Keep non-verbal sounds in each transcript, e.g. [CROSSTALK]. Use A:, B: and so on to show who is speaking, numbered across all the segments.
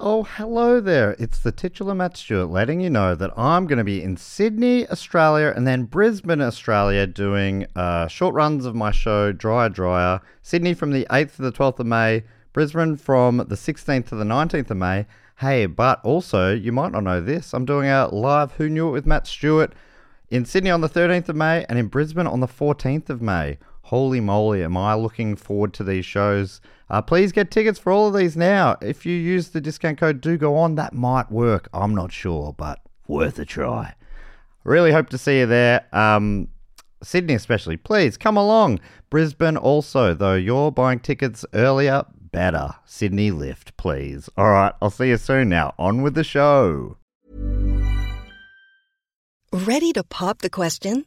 A: Oh, hello there. It's the titular Matt Stewart letting you know that I'm going to be in Sydney, Australia, and then Brisbane, Australia, doing uh, short runs of my show, Dryer Dryer. Sydney from the 8th to the 12th of May, Brisbane from the 16th to the 19th of May. Hey, but also, you might not know this, I'm doing a live Who Knew It with Matt Stewart in Sydney on the 13th of May and in Brisbane on the 14th of May. Holy moly, am I looking forward to these shows. Uh, please get tickets for all of these now. If you use the discount code do go on, that might work. I'm not sure, but worth a try. Really hope to see you there. Um, Sydney, especially, please come along. Brisbane, also, though you're buying tickets earlier, better. Sydney lift, please. All right, I'll see you soon now. On with the show.
B: Ready to pop the question?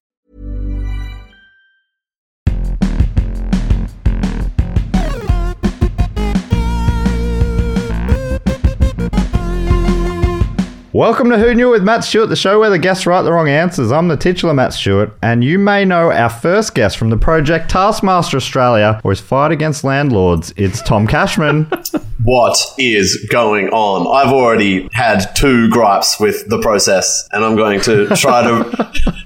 A: Welcome to Who Knew with Matt Stewart, the show where the guests write the wrong answers. I'm the titular Matt Stewart, and you may know our first guest from the project Taskmaster Australia or his fight against landlords. It's Tom
C: [LAUGHS]
A: Cashman.
C: What is going on? I've already had two gripes with the process, and I'm going to try to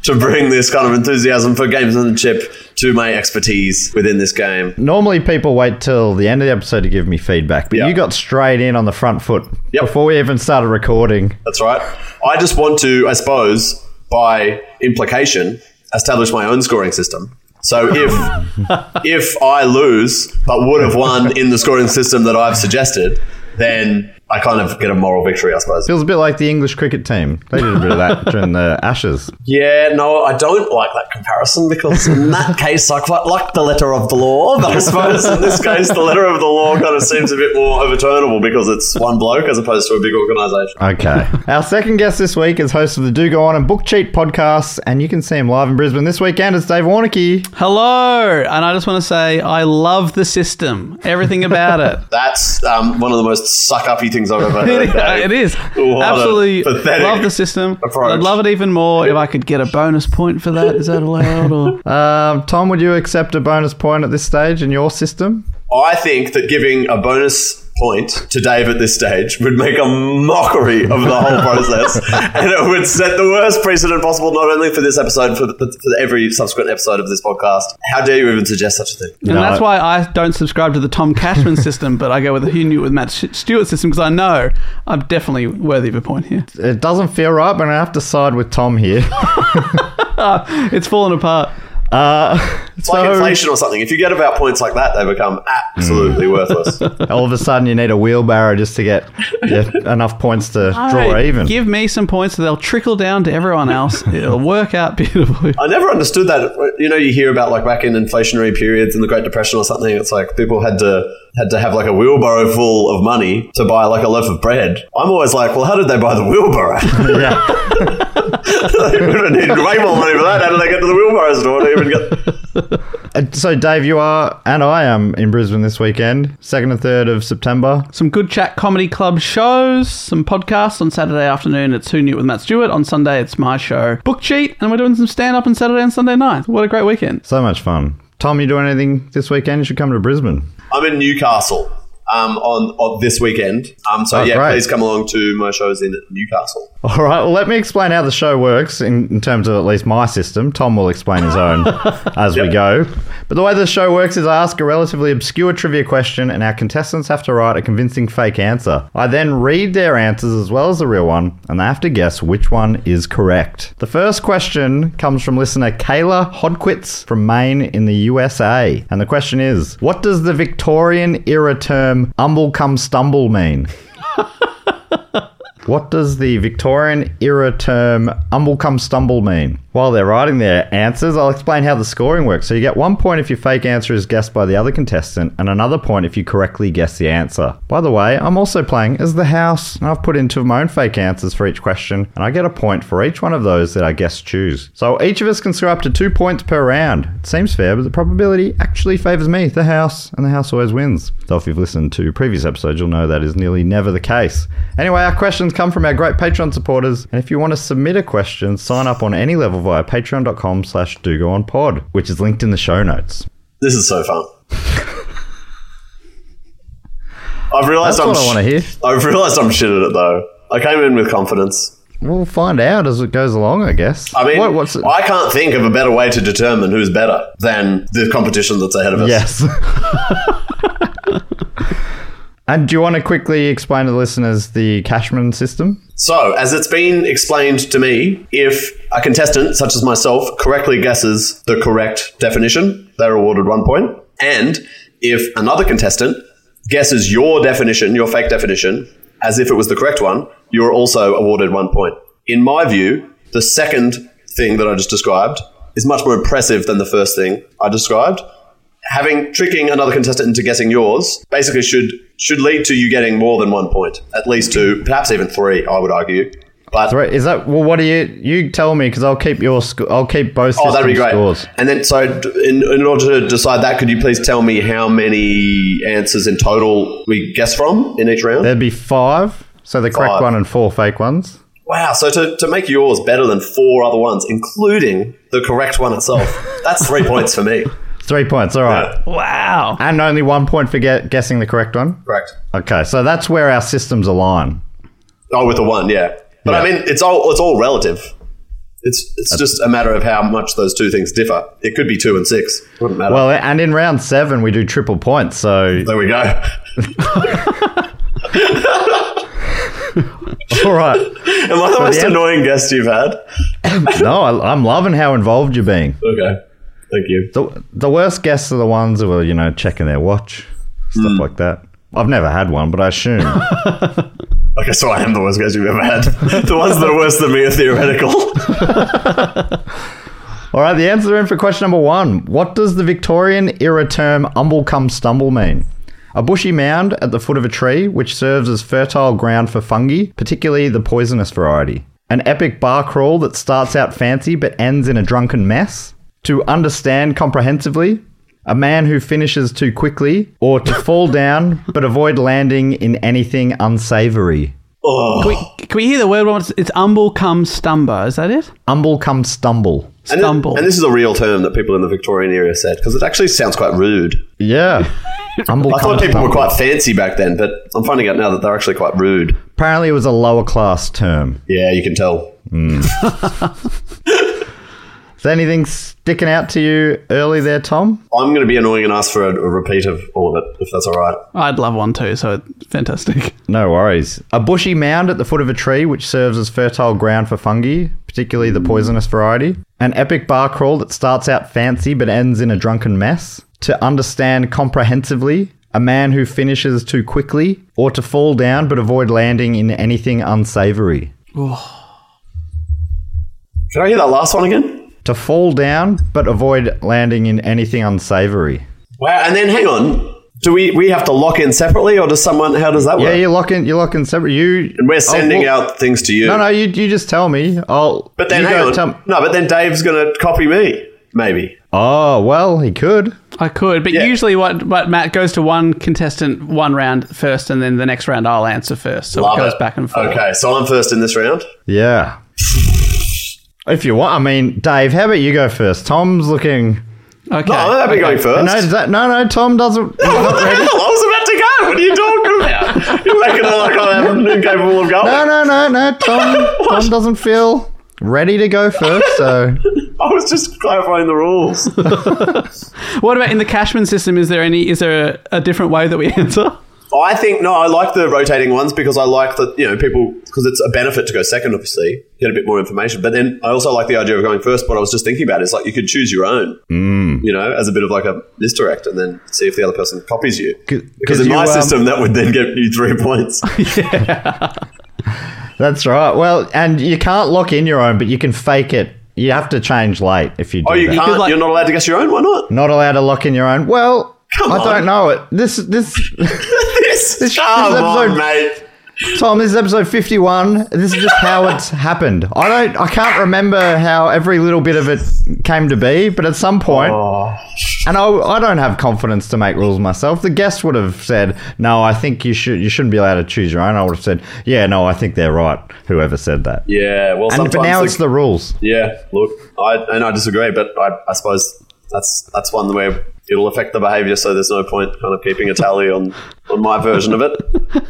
C: to bring this kind of enthusiasm for gamesmanship to my expertise within this game.
A: Normally, people wait till the end of the episode to give me feedback, but
C: Yeah.
A: you got straight in on the front foot
C: Yep.
A: before we even started recording.
C: That's right. I just want to, I suppose, by implication, establish my own scoring system. So if if I lose but would have won in the scoring system that I've suggested, then I kind of get a moral victory, I suppose.
A: Feels a bit like the English cricket team. They did a bit of that during the Ashes.
C: Yeah, no, I don't like that comparison because
D: [LAUGHS]
C: in that case, I quite like the letter of the law. But I suppose in this case, the letter of the law kind of seems a bit more overturnable because it's one bloke as opposed to a big organisation. [LAUGHS]
A: Okay. Our second guest this week is host of the Do Go On and Book Cheat podcasts, and you can see him live in Brisbane this weekend. It's Dave Warnicky.
D: Hello, and I just want to say I love the system, everything
C: [LAUGHS]
D: about it.
C: That's um, one of the most suck uppy things I've ever
D: [LAUGHS]
C: heard.
D: it is
C: What a
D: absolutely
C: pathetic
D: love the system.
C: approach.
D: I'd love it even more if I could get a bonus point for that. Is that
C: [LAUGHS]
D: allowed? Or
A: Um, Tom, would you accept a bonus point at this stage in your system?
C: I think that giving a bonus point to Dave at this stage would make a mockery of the whole
D: [LAUGHS]
C: process, and it would set the worst precedent possible, not only for this episode, for, the, for every subsequent episode of this podcast. How dare you even suggest such a thing?
D: and that's why I don't subscribe to the Tom Cashman system, but I go with the Who Knew It with Matt Sh- Stewart system because I know I'm definitely worthy of a point here. [LAUGHS]
A: It doesn't feel right, but I have to side with Tom here. [LAUGHS]
D: It's fallen apart.
A: Uh,
C: It's like inflation or something. If you get about points like that, they become
A: Hmm. [LAUGHS]
C: absolutely worthless.
A: all of a sudden, you need a wheelbarrow just to get yeah, enough points to draw
D: Hey,
A: even.
D: Give me some points, so they'll trickle down to everyone else. It'll work out [LAUGHS] beautifully.
C: I never understood that. You know, you hear about like back in inflationary periods in the Great Depression or something. It's like people had to had to have like a wheelbarrow full of money to buy like a loaf of bread. I'm always like, well, how did they buy the wheelbarrow? [LAUGHS]
A: yeah.
C: they would have needed way more money for that. How did they get to the wheelbarrow store to even
A: [LAUGHS]
C: get?
A: Uh, So, Dave, you are, and I am in Brisbane this weekend, 2nd and 3rd of September.
D: some good chat comedy club shows, some podcasts on Saturday afternoon. It's Who Knew It with Matt Stewart. On Sunday, it's my show Book Cheat, and we're doing some stand up on Saturday and Sunday night. What a great weekend!
A: So much fun. Tom, you doing anything this weekend? You should come to Brisbane.
C: I'm in Newcastle um, on, on this weekend. Um, so
A: Oh,
C: yeah,
A: great.
C: please come along to my shows in Newcastle.
A: All right. Well, let me explain how the show works in, in terms of at least my system. Tom will explain his own as we go. But the way the show works is I ask a relatively obscure trivia question, and our contestants have to write a convincing fake answer. I then read their answers as well as the real one, and they have to guess which one is correct. The first question comes from listener Kayla Hodquitz from Maine in the USA. And the question is What does the Victorian era term umble come stumble mean? What does the Victorian era term umble come stumble mean? While they're writing their answers, I'll explain how the scoring works. So you get one point if your fake answer is guessed by the other contestant, and another point if you correctly guess the answer. By the way, I'm also playing as the house, and I've put in two of my own fake answers for each question, and I get a point for each one of those that our guests choose. So each of us can score up to two points per round. It seems fair, but the probability actually favours me, the house, and the house always wins. Though if you've listened to previous episodes, you'll know that is nearly never the case. Anyway, our questions come from our great Patreon supporters, and if you want to submit a question, sign up on any level via patreon.com slash dogoonpod, which is linked in the show notes.
C: This is so fun. I've realized
A: That's
C: I'm
A: what I
C: sh-
A: want to hear.
C: I've realized I'm shit at it though. I came in with confidence.
A: We'll find out as it goes along, I guess.
C: I mean,
A: What- what's it?
C: I can't think of a better way to determine who's better than the competition that's ahead of us.
A: Yes. [LAUGHS] and do you want to quickly explain to the listeners the Cashman system?
C: So, as it's been explained to me, if a contestant, such as myself, correctly guesses the correct definition, they're awarded one point. And if another contestant guesses your definition, your fake definition, as if it was the correct one, you're also awarded one point. In my view, the second thing that I just described is much more impressive than the first thing I described. Having tricking another contestant into guessing yours basically should should lead to you getting more than one point, at least two, perhaps even three. I would argue, but
A: Right? Is that well? What do you you tell me? Because I'll keep your sc- I'll keep both
C: Oh, that'd be
A: system
C: great.
A: scores.
C: And then, so d- in, in order to decide that, could you please tell me how many answers in total we guess from in each round?
A: There'd be five. So the correct
C: Five.
A: one and four fake ones.
C: wow. So to, to make yours better than four other ones, including the correct one itself, that's three [LAUGHS] points for me.
A: Three points. All right.
D: Wow.
A: And only one point for get, guessing the correct one.
C: Correct.
A: Okay, so that's where our systems align.
C: Oh, with the one, yeah. But I mean, it's all it's all relative. It's it's just a matter of how much those two things differ. It could be two and six. Wouldn't matter.
A: Well, and in round seven we do triple points. So
C: [LAUGHS] there we go.
A: all right.
C: Am I the most
A: end-
C: annoying guest you've had?
A: No, I, I'm loving how involved you're being.
C: Okay. Thank you.
A: The, the worst guests are the ones who are, you know, checking their watch, stuff like that. I've never had one, but I assume.
C: Okay, so I am the worst guest you've ever had. the ones that are worse than me are theoretical.
A: All right, the answer in for question number one. What does the Victorian era term umble cum stumble mean? A bushy mound at the foot of a tree, which serves as fertile ground for fungi, particularly the poisonous variety. An epic bar crawl that starts out fancy but ends in a drunken mess. To understand comprehensively. A man who finishes too quickly, or to fall down but avoid landing in anything unsavory.
C: oh.
D: Can we hear the word? one more time? It's umble cum stumbo. Is that it?
A: Umble cum stumble.
C: And, th-
D: Stumble.
C: and this is a real term that people in the Victorian era said because it actually sounds quite rude.
A: Yeah. Umble
C: I
A: cum
C: thought people were
A: stumble.
C: quite fancy back then, but I'm finding out now that they're actually quite rude.
A: Apparently, it was a lower class term.
C: Yeah, you can tell.
A: Is there anything sticking out to you early there, Tom?
C: I'm going to be annoying and ask for a, a repeat of all of it if that's all right.
D: I'd love one too. So it's fantastic.
A: No worries. A bushy mound at the foot of a tree which serves as fertile ground for fungi, particularly the poisonous variety. An epic bar crawl that starts out fancy but ends in a drunken mess. To understand comprehensively, a man who finishes too quickly, or to fall down but avoid landing in anything unsavory.
C: Can I hear that last one again?
A: To fall down but avoid landing in anything unsavory.
C: Wow. And then hang on. Do we, we have to lock in separately or does someone, how does that work?
A: Yeah, you're locking. You're locking separate. You Oh,
C: And we're sending
A: out.
C: out things to you.
A: No, no, you, you just tell me. I'll.
C: But then
A: you
C: hang
A: go
C: on.
A: tell me-
C: no, but then Dave's going to copy me, maybe.
A: Oh well, he could.
D: I could, but usually what but Matt goes to one contestant one round first, and then the next round I'll answer first. So
C: Love
D: it goes
C: it.
D: back and forth.
C: Okay, so I'm first in this round.
A: Yeah. If you want, I mean, Dave, how about you go first? Tom's looking.
D: Okay.
C: No, uh- I'm happy Oh, going first.
A: No, is that, no, no. Tom doesn't.
C: [LAUGHS] What the hell? I was about to go. What are you talking about? You're making it like I'm incapable of going.
A: No, no, no, no.
C: [LAUGHS]
A: Tom, Tom doesn't feel ready to go first.
C: [LAUGHS]
A: So
C: I was just clarifying the rules.
D: What about in the Cashman system? Is there any? Is there a, a different way that we [LAUGHS] answer?
C: I think no, I like the rotating ones because I like that you know people because it's a benefit to go second. Obviously, get a bit more information. But then I also like the idea of going first. What I was just thinking about is like you could choose your own,
A: Mm.
C: you know, as a bit of like a misdirect, and then see if the other person copies you.
A: 'Cause-
C: Because
A: 'cause
C: in my
A: you, um,
C: system, that would then give you three [LAUGHS]
A: [LAUGHS]
C: points.
A: that's right. Well, and you can't lock in your own, but you can fake it You have to change late if you do.
C: Oh, you
A: that.
C: can't.
D: like-
C: you're not allowed to guess your own. Why not? [LAUGHS]
A: Not allowed to lock in your own. Well,
C: Come
A: I
C: on.
A: don't know it. This this
C: This,
A: This-
C: come
A: this
C: on,
A: episode-
C: mate.
A: Tom, this is episode 51. This is just how it's happened. I don't I can't remember how every little bit of it came to be, but at some point
C: Oh.
A: and I, I don't have confidence to make rules myself. The guest would have said, "No, I think you should you shouldn't be allowed to choose your own." I would have said, "Yeah, no, I think they're right." Whoever said that.
C: Yeah. Well,
A: and
C: sometimes
A: but now
C: the-
A: it's the rules.
C: yeah. Look, I and I disagree, but I, I suppose that's that's one where it'll affect the behaviour. So there's no point kind of keeping a tally on on my version [LAUGHS] of it.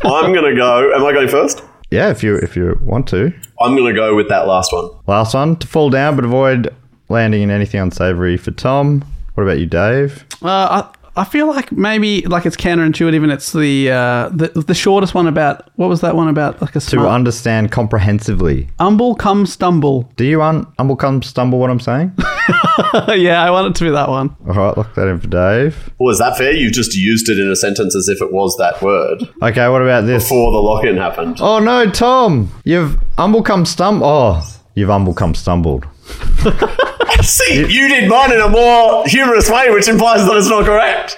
C: I'm gonna go. Am I going first?
A: Yeah, if you if you want to.
C: I'm gonna go with that last one.
A: Last one to fall down but avoid landing in anything unsavory for Tom. What about you, Dave?
D: Uh, I, I feel like maybe like it's counterintuitive, and it's the uh, the the shortest one about what was that one about like a
A: To
C: Uh,
D: smart,
A: understand comprehensively.
D: umble come stumble. [LAUGHS]
A: Do you un- humble come stumble what I'm saying?
D: yeah, I want it to be that one.
A: All right, lock that in for Dave.
C: Well, is that fair? You just used it in a sentence as if it was that word
A: Okay, what about this?
C: before the lock-in happened.
A: Oh no, Tom, you've humble come stumble. Oh, you've humble come stumbled.
C: See, you did mine in a more humorous way, which implies that it's not correct.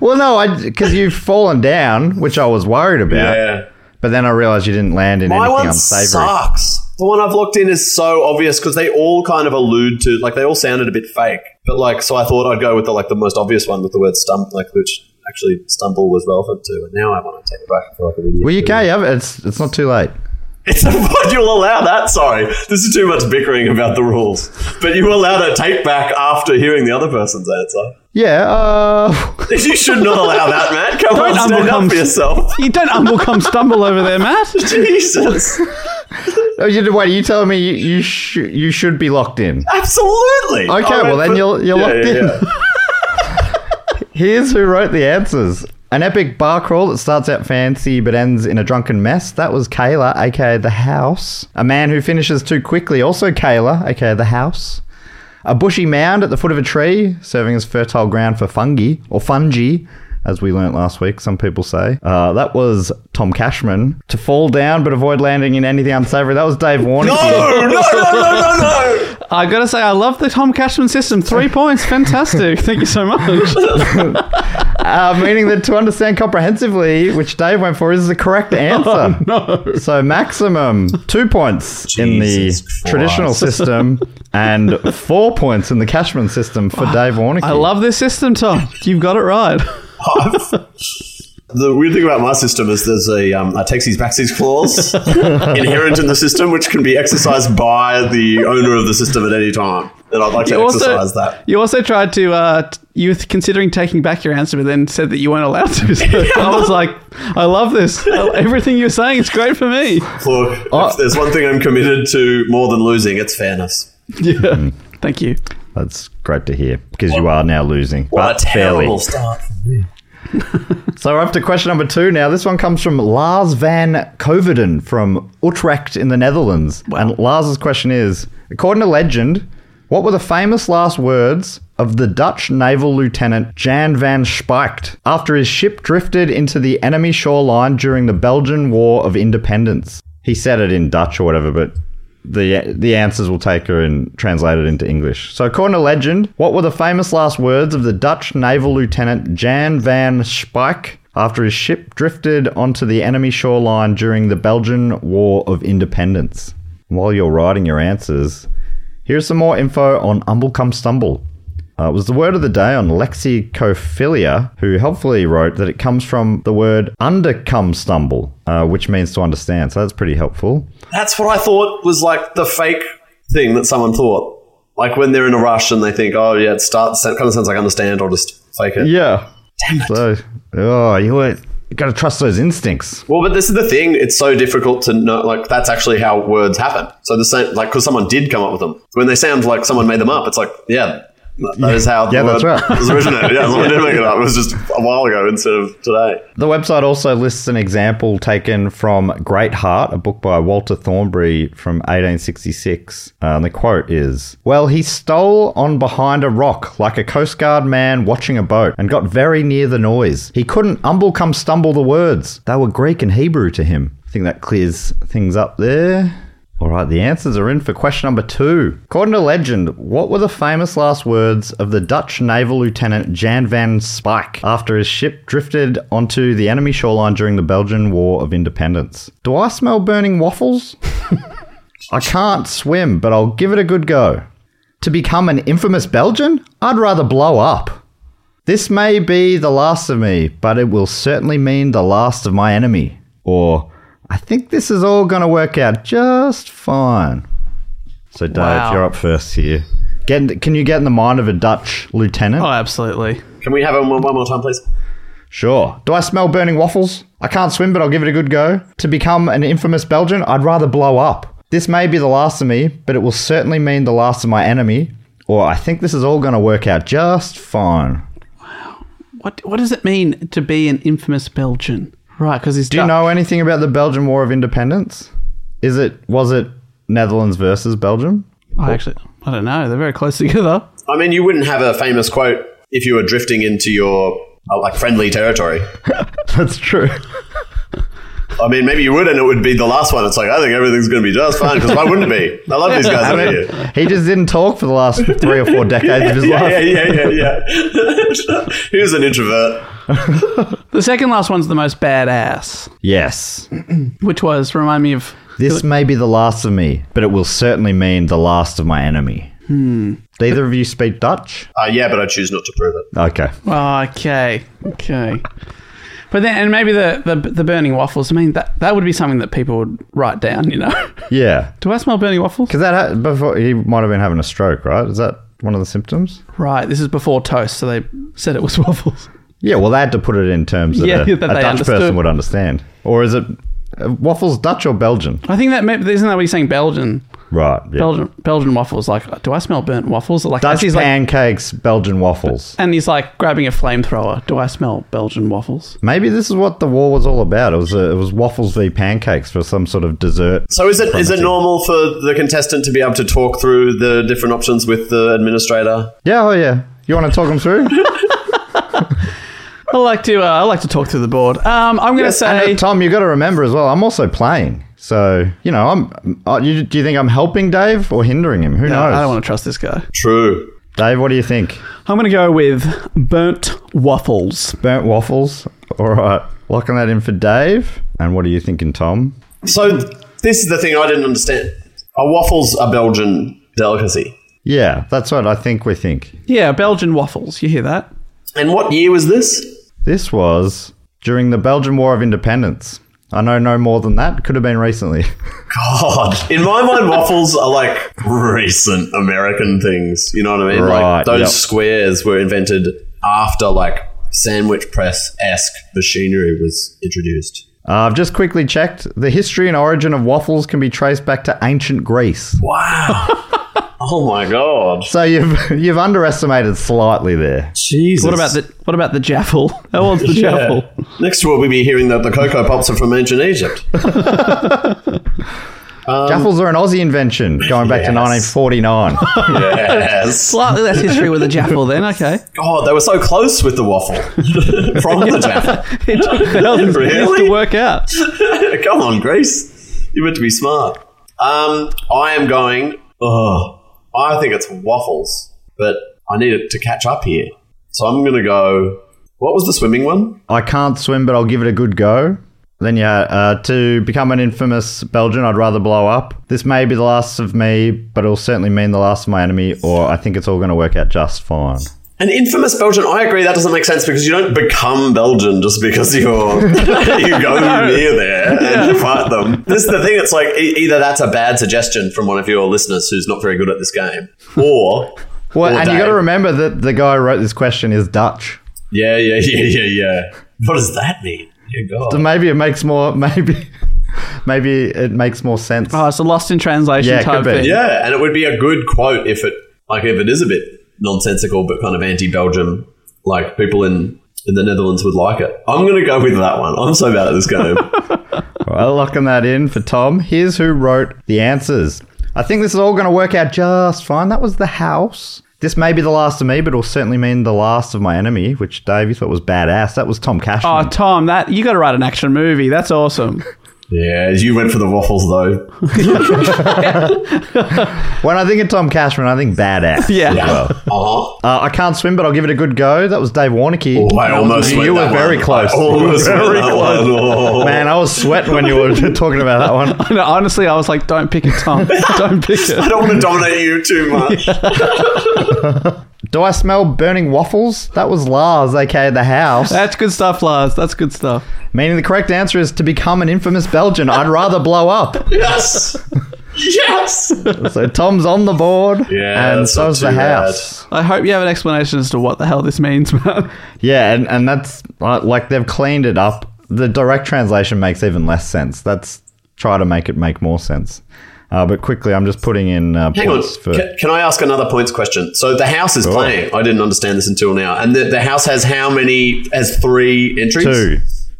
A: Well, no, I because you've fallen down, which I was worried about. But then I realised you didn't land in
C: My
A: anything
C: one
A: unsavoury.
C: sucks. The one I've looked in is so obvious because they all kind of allude to, like, they all sounded a bit fake. But like, so I thought I'd go with the like the most obvious one with the word stump, like which actually stumble was relevant to. And now I want to take it back. I feel like an idiot.
A: Well, you can. You have it. It's it's not too late.
C: [LAUGHS] It's a what you'll allow that. Sorry, this is too much bickering about the rules. But you allow that take back after hearing the other person's answer. [LAUGHS]
A: Yeah. Uh, [LAUGHS]
C: You should not allow that, Matt. Come
D: Don't
C: on, stand
D: unbecome-
C: up
A: [LAUGHS]
C: for yourself.
D: You don't umble come stumble over there, Matt.
C: [LAUGHS] Jesus,
A: oh, you, wait. Are you telling me you you, sh- you should be locked in?
C: absolutely.
A: Okay.
C: I
A: well,
C: went
A: then
C: for-
A: you're you're
C: Yeah,
A: locked
C: yeah,
A: in.
C: yeah.
A: [LAUGHS] Here's who wrote the answers. An epic bar crawl that starts out fancy but ends in a drunken mess. That was Kayla, aka The House. A man who finishes too quickly, also Kayla, aka The House. A bushy mound at the foot of a tree, serving as fertile ground for fungi, or fungi, as we learnt last week, some people say. Uh, that was Tom Cashman. To fall down but avoid landing in anything unsavory. That was Dave Warning.
C: No, no, no, no, no, no.
D: I gotta say, I love the Tom Cashman system. Three points,
C: [LAUGHS]
D: fantastic. Thank you so much.
A: Uh, meaning that to understand comprehensively, which Dave went for, is the
C: [LAUGHS] Oh,
A: correct answer. no. So maximum two points in the
C: Jesus Christ.
A: traditional
C: [LAUGHS]
A: system and four points in the Cashman system for Dave Warnicky.
D: I love this system, Tom. You've got it right.
C: [LAUGHS] The weird thing about my system is there's a, um, a takesies backsies [LAUGHS] clause inherent in the system, which can be exercised by the owner of the system at any time. And I'd like to exercise that.
D: you also tried to uh, t- you were considering taking back your answer, but then said that you weren't allowed to. [LAUGHS] So I was like, I
C: [LAUGHS]
D: love this. Everything you're saying is great for me.
C: Look, if there's one thing I'm committed to more than losing, it's fairness.
D: Yeah. Thank you.
A: That's great to hear because you are now losing.
C: What a
A: but fairly.
C: terrible start.
A: So we're up to question number two now. This one comes from Lars van Coverdon from Utrecht in the Netherlands. And Lars's question is According to legend, what were the famous last words of the Dutch naval lieutenant Jan van Spykt after his ship drifted into the enemy shoreline during the Belgian War of Independence? He said it in Dutch or whatever, but the the answers will take her and translate it into English. So, according to legend, what were the famous last words of the Dutch naval lieutenant Jan van Spyk after his ship drifted onto the enemy shoreline during the Belgian War of Independence? While you're writing your answers, here's some more info on Umble Come Stumble. Uh, it was the word of the day on Lexicophilia, who helpfully wrote that it comes from the word under come stumble, uh, which means to understand. So that's pretty helpful.
C: That's what I thought was like the fake thing that someone thought. Like when they're in a rush and they think, oh, yeah, it starts, it kind of sounds like understand or just fake it.
A: Yeah. Damn it. So, oh, you were. You gotta trust those instincts.
C: Well, but this is the thing. It's so difficult to know. Like, that's actually how words happen. So the same, like, because someone did come up with them. When they sound like someone made them up, it's like, yeah, that is how the
A: Yeah,
C: word
A: that's right.
C: [LAUGHS] was originated. Yeah, someone did make it up. It was just a while ago instead of today.
A: The website also lists an example taken from Great Heart, a book by Walter Thornbury from 1866. Uh, and the quote is Well, he stole on behind a rock like a Coast Guard man watching a boat and got very near the noise. He couldn't umble come stumble the words. They were Greek and Hebrew to him. I think that clears things up there. All right, the answers are in for question number two. According to legend, what were the famous last words of the Dutch naval lieutenant Jan van Spyk after his ship drifted onto the enemy shoreline during the Belgian War of Independence? Do I smell burning waffles? I can't swim, but I'll give it a good go. To become an infamous Belgian? I'd rather blow up. This may be the last of me, but it will certainly mean the last of my enemy. Or, I think this is all going to work out just fine. So, Dave,
D: Wow.
A: you're up first here. Get in, can you get in the mind of a Dutch lieutenant?
D: Oh, absolutely.
C: Can we have it one, one more time, please?
A: Sure. Do I smell burning waffles? I can't swim, but I'll give it a good go. To become an infamous Belgian, I'd rather blow up. This may be the last of me, but it will certainly mean the last of my enemy. Or, I think this is all going to work out just fine.
D: What What does it mean to be an infamous Belgian? Right, because he's
A: Do you know anything about the Belgian War of Independence? Is it was it Netherlands versus Belgium? [LAUGHS]
D: I actually, I don't know. They're very close together.
C: I mean, you wouldn't have a famous quote if you were drifting into your uh, like friendly territory.
A: That's true.
C: I mean, maybe you would, and it would be the last one. It's like I think everything's going to be just fine because why wouldn't it be? I love
A: [LAUGHS]
C: these guys over here.
A: he just didn't talk for the last three or four decades [LAUGHS] of his
C: Yeah,
A: life.
C: yeah, yeah, yeah, yeah. [LAUGHS] he was an introvert.
D: The second last one's the most badass,
A: Yes.
D: which was remind me of.
A: This may be the last of me, but it will certainly mean the last of my enemy. Hmm. Do either of you speak Dutch?
C: Uh, yeah, but I choose not to prove it.
A: Okay.
D: oh, Okay, okay. But then, and maybe the, the the burning waffles. I mean, that that would be something that people would write down. You know, [LAUGHS]
A: Yeah.
D: do I smell burning waffles?
A: Because that ha- before he might have been having a stroke, right? Is that one of the symptoms?
D: Right, this is before toast, so they said it was [LAUGHS] waffles.
A: Yeah. Well, they had to put it in terms that
D: Yeah,
A: a,
D: [LAUGHS] that
A: a
D: they
A: Dutch person
D: understood.
A: would understand. Or is it uh, waffles Dutch or Belgian?
D: I think that maybe isn't that what he's saying? Belgian,
A: Right. Yeah.
D: Belgian, Belgian waffles. Like, do I smell burnt waffles? Like, as
A: Dutch
D: he's like,
A: pancakes, Belgian waffles.
D: and he's like grabbing a flamethrower. Do I smell Belgian waffles?
A: Maybe this is what the war was all about. It was uh it was waffles v pancakes for some sort of dessert.
C: So is it is it normal for the contestant to be able to talk through the different options with the administrator?
A: Yeah, oh yeah. You want to talk them
D: [LAUGHS]
A: through?
D: I like to uh, I like to talk through the board. Um, I'm gonna say
A: And, uh, Tom, you got to remember as well. I'm also playing, so you know, I'm. Uh, you, do you think I'm helping Dave or hindering him? Who
D: No,
A: knows?
D: I don't want to trust this guy.
C: True.
A: Dave, what do you think?
D: I'm gonna go with burnt waffles.
A: Burnt waffles. All right, locking that in for Dave. And what are you thinking, Tom?
C: So th- this is the thing I didn't understand. Are waffles a Belgian delicacy?
A: Yeah, that's what I think. We think
D: Yeah, Belgian waffles. You hear that?
C: And what year was this?
A: this was during the Belgian War of Independence. I know no more than that. Could have been recently. [LAUGHS]
C: God. In my mind, waffles are like recent American things. You know what I mean?
A: Right,
C: like those
A: yep.
C: squares were invented after like sandwich press esque machinery was introduced.
A: Uh, I've just quickly checked. The history and origin of waffles can be traced back to ancient Greece.
C: Wow. [LAUGHS] oh my god.
A: So you've [LAUGHS] you've underestimated slightly there.
C: Jesus.
D: What about the What about the jaffle? [LAUGHS] That one's the
C: Yeah.
D: jaffle.
C: Next we'll be hearing that the cocoa pops are from ancient Egypt.
A: Jaffles are an Aussie invention going back to
C: Yes.
A: [LAUGHS] 1949.
C: Yes.
D: Slightly less history with the jaffle. Then okay.
C: [LAUGHS] God, they were so close with the waffle. [LAUGHS] from the Jaffa.
D: It took [LAUGHS] thousands of years
C: Really?
D: to work out.
C: [LAUGHS] Come on, Grace. You're meant to be smart. Um, I am going. Ugh, I think it's waffles, but I need it to catch up here. So I'm going to go. What was the swimming one?
A: I can't swim, but I'll give it a good go. Then yeah, uh, to become an infamous Belgian, I'd rather blow up. This may be the last of me, but it'll certainly mean the last of my enemy. Or I think it's all going to work out just fine.
C: An infamous Belgian. I agree that doesn't make sense because you don't become Belgian just because you're [LAUGHS] you go near there and you fight them. This is the thing. It's like e- either that's a bad suggestion from one of your listeners who's not very good at this game, or
A: Well,
C: or
A: and you got to
C: Dave.
A: remember that the guy who wrote this question is Dutch.
C: yeah, yeah, yeah, yeah, yeah. What does that mean? Dear God.
A: So maybe it makes more. [LAUGHS] Maybe, maybe it makes more sense.
D: Oh, it's a lost in translation
A: Yeah, it
D: type
A: could be.
D: thing.
C: Yeah, and it would be a good quote if it like if it is a bit nonsensical but kind of anti-Belgium, like people in in the Netherlands would like it. I'm going to go with that one. I'm so bad at this game.
A: Well, locking that in for Tom. Here's who wrote the answers. I think this is all going to work out just fine. That was the house. This may be the last of me, but it'll certainly mean the last of my enemy, which Dave, you thought was badass. That was Tom Cashman.
D: Oh, Tom, that you got to write an action movie. That's awesome.
C: Yeah, you went for the waffles though.
A: When I think of Tom Cashman, I think badass.
D: [LAUGHS] Yeah.
A: Well,
C: Uh-huh.
A: uh, I can't swim, but I'll give it a good go. That was Dave Warnicky.
C: Oh, I almost
A: You
C: went
A: were
C: that
A: very
C: one.
A: close.
C: I almost
A: You were
C: went that one. Oh.
A: Man, I was sweating when you were [LAUGHS] talking about that one.
D: No, honestly, I was like, don't pick it, Tom. don't pick
C: I
D: it.
C: don't want to dominate you too much.
A: Do I smell burning waffles? That was Lars, aka the house.
D: That's good stuff, Lars. That's good stuff.
A: Meaning the correct answer is to become an infamous Belgian. I'd rather blow up.
C: [LAUGHS] Yes. Yes.
A: So Tom's on the board,
C: Yeah,
A: and
C: that's not
A: so's the
C: too bad.
A: house.
D: I hope you have an explanation as to what the hell this means, [LAUGHS] man.
A: Yeah, and, and that's uh, like they've cleaned it up. The direct translation makes even less sense. That's try to make it make more sense. Uh, but quickly, I'm just putting in uh,
C: Hang on.
A: points for.
C: Can, can I ask another points question? So the house is playing. I didn't understand this until now. And the, the house has how many? Has three entries.
A: Two.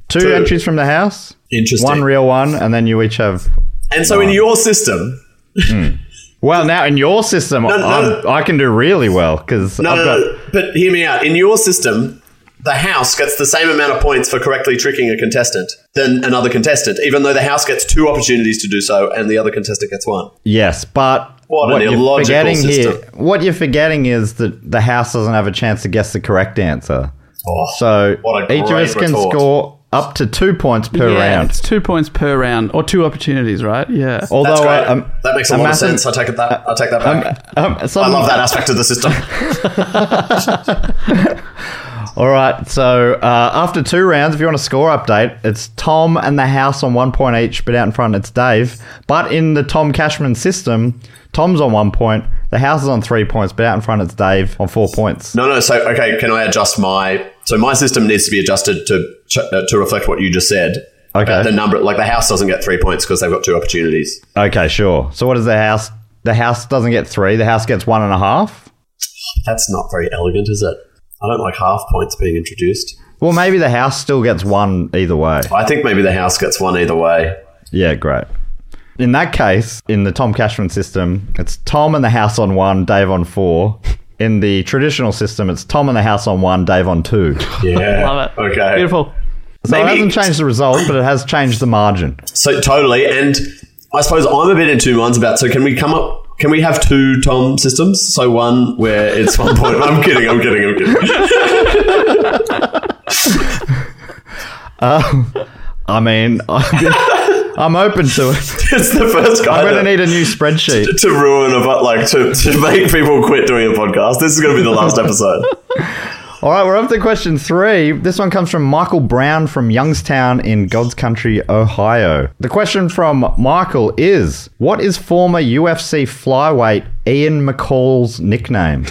A: two.
C: Two.
A: entries from the house.
C: Interesting.
A: One real one, and then you each have.
C: And so in your system,
A: Well, now in your system,
C: no,
A: I'm, I can do really well because
C: no,
A: I've
C: no,
A: got.
C: no, but hear me out. In your system, the house gets the same amount of points for correctly tricking a contestant than another contestant, even though the house gets two opportunities to do so and the other contestant gets one.
A: Yes, but
C: What an illogical system.
A: what you're forgetting is that the house doesn't have a chance to guess the correct answer.
C: Oh,
A: So
C: What a
A: each of
C: great
A: us can
C: retort.
A: score up to two points per
D: Yeah,
A: round.
D: It's two points per round or two opportunities, right? Yeah.
A: Although
C: that's
A: I,
C: great.
A: [LAUGHS] um,
C: that makes a lot of
A: imagine- uh,
C: sense. I take it that. I take that back.
A: um, some-
C: I love that aspect of the system.
A: All right, so uh, after two rounds, if you want a score update, it's Tom and the house on one point each, but out in front it's Dave. But in the Tom Cashman system, Tom's on one point, the house is on three points, but out in front it's Dave on four points.
C: No, no. So, okay, can I adjust my? So my system needs to be adjusted to ch- uh, to reflect what you just said.
A: Okay.
C: Uh, the number, like the house, doesn't get three points because they've got two opportunities.
A: Okay, sure. So what is the house? The house doesn't get three. The house gets one and a half.
C: That's not very elegant, is it? I don't like half points being introduced.
A: Well, maybe the house still gets one either way.
C: I think maybe the house gets one either
A: [LAUGHS]
C: way.
A: Yeah, great. In that case, in the Tom Cashman system, it's Tom and the house on one, Dave on four. In the traditional system, it's Tom and the house on one, Dave on two.
C: Yeah,
D: Love it.
C: Okay,
D: Beautiful.
A: So it
C: Maybe-
A: hasn't changed the result, but it has changed the margin.
C: So totally, and I suppose I'm a bit in two minds about. So can we come up? Can we have two Tom systems? So one where it's one point. I'm kidding. I'm kidding. I'm kidding. [LAUGHS]
A: I mean, [LAUGHS] I'm, I'm open to it.
C: It's the first guy.
A: I'm going to
C: that-
A: need a new spreadsheet.
C: to ruin a but like to, to make people quit doing a podcast. This is going to be the last episode.
A: All right, we're up to question three. This one comes from Michael Brown from Youngstown in God's Country, Ohio. The question from Michael is What is former UFC flyweight Ian McCall's nickname?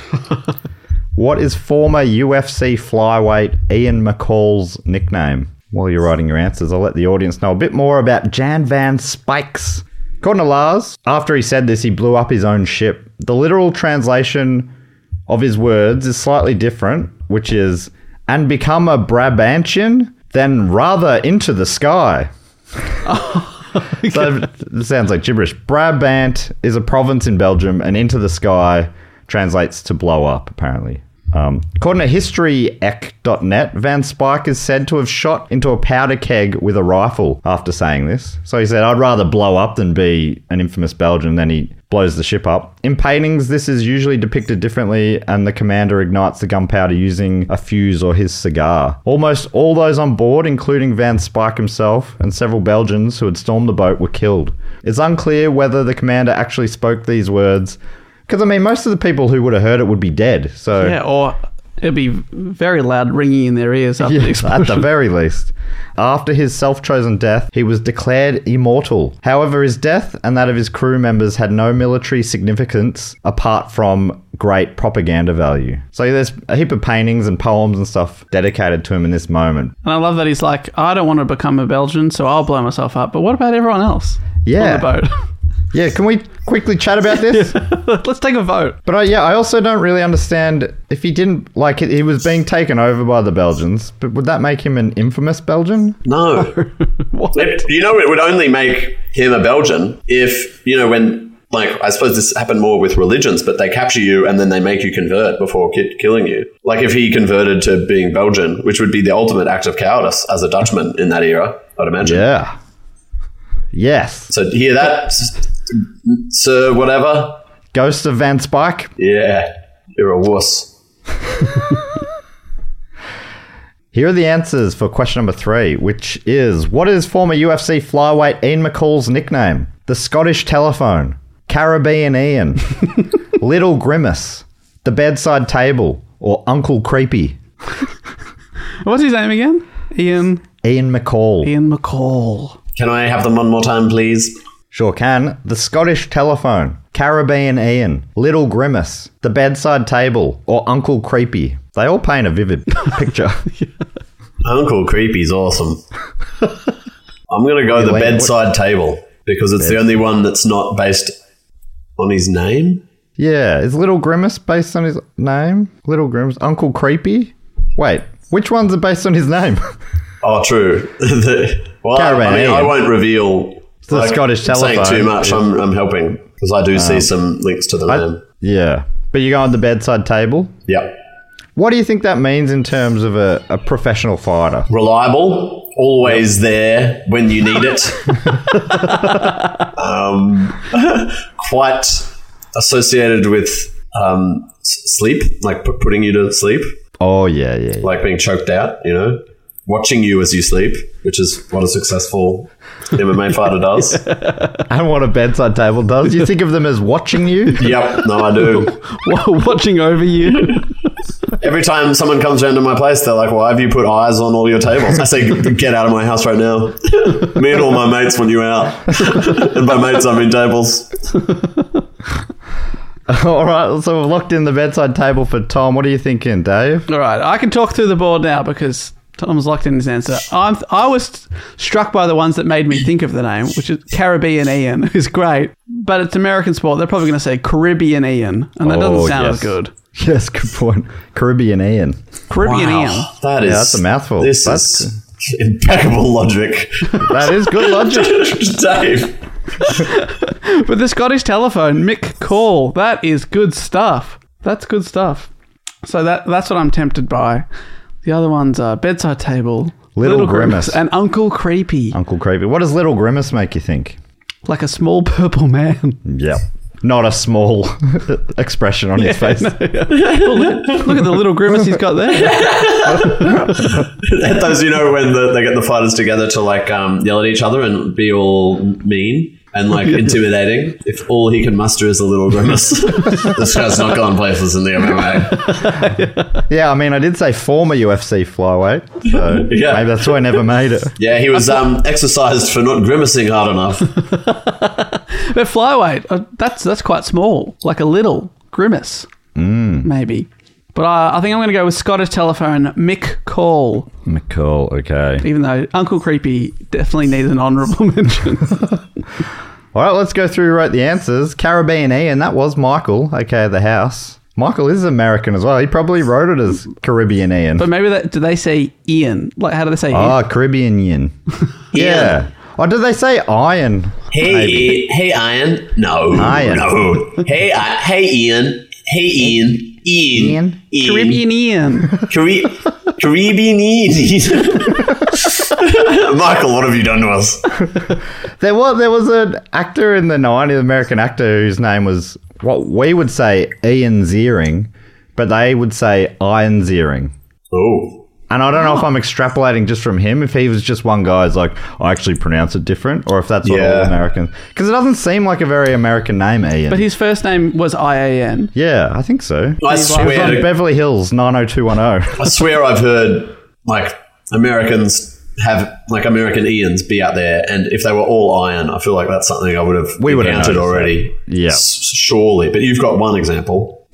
A: what is former UFC flyweight Ian McCall's nickname? While you're writing your answers, I'll let the audience know a bit more about Jan Van Spikes. According to Lars, after he said this, he blew up his own ship. The literal translation of his words is slightly different, which is and become a Brabantian, then rather into the sky. so it sounds like gibberish. Brabant is a province in Belgium, and into the sky translates to blow up, apparently. Um, according to historyec.net, Van Spike is said to have shot into a powder keg with a rifle after saying this. So he said, I'd rather blow up than be an infamous Belgian. Then he blows the ship up. In paintings, this is usually depicted differently, and the commander ignites the gunpowder using a fuse or his cigar. Almost all those on board, including Van Spike himself and several Belgians who had stormed the boat, were killed. It's unclear whether the commander actually spoke these words, because I mean, most of the people who would have heard it would be dead. So
D: Yeah, or it'd be very loud ringing in their ears
A: [LAUGHS]
D: after
A: yeah, at
D: the
A: the
D: explosion.
A: very least. After his self chosen death, he was declared immortal. However, his death and that of his crew members had no military significance apart from great propaganda value. So there's a heap of paintings and poems and stuff dedicated to him in this moment.
D: and I love that he's like, I don't want to become a Belgian, so I'll blow myself up. But what about everyone else
A: Yeah.
D: on the
A: Yeah, can we quickly chat about this?
D: boat? [LAUGHS] Let's take a vote.
A: But I, yeah, I also don't really understand if he didn't like he was being taken over by the Belgians, but would that make him an infamous Belgian?
C: No,
D: What?
C: It- you know, it would only make him a Belgian if you know when. Like, I suppose this happened more with religions, but they capture you and then they make you convert before ki- killing you. Like, if he converted to being Belgian, which would be the ultimate act of cowardice as a Dutchman in that era, I'd imagine.
A: Yeah. Yes.
C: So hear that, s- sir? Whatever.
A: Ghost of Van Spike.
C: Yeah, you're a wuss.
A: Here are the answers for question number three, which is what is former UFC flyweight Ian McCall's nickname? The Scottish telephone, Caribbean Ian, Little Grimace, the bedside table, or Uncle Creepy.
D: What's his name again? Ian
A: Ian McCall.
D: Ian McCall. [LAUGHS]
C: Can I have them one more time, please?
A: Sure can. The Scottish telephone, Caribbean Ian, Little Grimace, the bedside table, or Uncle Creepy. They all paint a vivid picture.
C: Uncle
A: [LAUGHS]
C: Creepy's awesome. I'm gonna go
A: wait,
C: the
A: what-
C: bedside table because it's the only one that's not based on his name.
A: yeah, is Little Grimace based on his name? Little Grimace, Uncle Creepy? Wait, which ones are based on his name? [LAUGHS]
C: Oh, true. [LAUGHS] The- well, I,
A: Caravan
C: I mean,
A: Ian.
C: I won't reveal
A: the Scottish
C: I'm
A: telephone. Oh.
C: Saying too much. I'm, I'm helping because I do see some links to the
A: Um,
C: name.
A: yeah, but you go on the bedside table.
C: Yep.
A: What do you think that means in terms of a, a professional fighter?
C: Reliable. Always there when you
A: [LAUGHS]
C: need it. um, [LAUGHS] quite associated with um, s- sleep, like pu- putting you to sleep,
A: Oh, yeah, yeah. yeah.
C: like being choked out. You know, watching you as you sleep, which is what a successful MMA fighter does.
A: [LAUGHS] And what a bedside table does. You think of them as watching you? [LAUGHS]
C: Yep. No, I do.
D: Wa- Watching
A: [LAUGHS]
D: over you.
C: Every time someone comes around to my place, they're like, "Why have you put eyes on all your tables?" I say, "Get out of my house right now." Me and all my mates want you out, [LAUGHS] and by mates I mean tables.
A: All right, so we've locked in the bedside table for Tom. What are you thinking, Dave?
D: All right, I can talk through the board now because Tom's locked in his answer. I'm, I was struck by the ones that made me think of the name, which is Caribbean Ian, who's great, but it's American sport. They're probably going to say Caribbean Ian, and that
A: Oh,
D: doesn't sound
A: yes.
D: as good.
A: [LAUGHS] Yes, good point. Caribbean Ian.
D: Caribbean [LAUGHS] Ian.
C: That is
A: that's a mouthful.
C: This
A: That's-
C: is impeccable logic, [LAUGHS]
A: That is [LAUGHS] good logic.
C: Dave.
D: But the Scottish telephone, Mick Call, that is good stuff. That's good stuff. So that that's what I'm tempted by. The other ones are bedside table,
A: Little Grimace.
D: and Uncle Creepy,
A: Uncle Creepy. What does Little Grimace make you think?
D: like a small [LAUGHS] purple man.
A: Yep. Not a small [LAUGHS] expression on his [LAUGHS] face.
D: Look at the little grimace he's got
A: [LAUGHS]
D: there.
C: At those, you know, when the, they get the fighters together to like um, yell at each other and be all mean and like intimidating. If all he can muster is a little
A: [LAUGHS]
C: grimace, this guy's not gone places in the MMA.
A: yeah, I mean, I did say former UFC flyweight, so
C: Yeah.
A: maybe that's why I never made it.
C: Yeah, he was um, exercised for not grimacing hard enough.
D: But flyweight, uh, that's that's quite small, like a little grimace, mm. maybe. But I, I think I'm going to go with Scottish telephone Mick Call,
A: McCall, okay.
D: even though Uncle Creepy definitely needs an honourable [LAUGHS] mention.
A: All right, let's go through right the answers. Caribbean Ian, that was Michael, okay, the house. Michael is American as well. He probably wrote it as Caribbean Ian.
D: but maybe that do they say Ian? Like how do they say? Ian?
A: Ah, Caribbean yin. yeah. Or did they say iron?
C: Hey, hey, Ian. No,
A: Ian.
C: no. Hey, I, hey, Ian. Hey, Ian. Ian.
A: Ian.
D: Caribbean Ian.
C: Caribbean. Caribbean Ian. [LAUGHS] Michael, what have you done to us?
A: There was there was an actor in the '90s, American actor whose name was what we would say Ian Ziering, but they would say Iron Ziering.
C: Oh,
A: And I don't know if I'm extrapolating just from him, if he was just one guy who's like, I actually pronounce it different, or if that's what all
C: Yeah.
A: Americans. Because it doesn't seem like a very American name, Ian.
D: But his first name was I A N.
A: yeah, I think so.
C: I swear.
A: From
C: to-
A: Beverly Hills 90210.
C: I swear I've heard like Americans have like American Ians be out there, and if they were all iron, I feel like that's something I would have
A: We would have
C: encountered
A: noticed
C: already.
A: Yeah.
C: S- surely. But you've got one example.
A: [LAUGHS]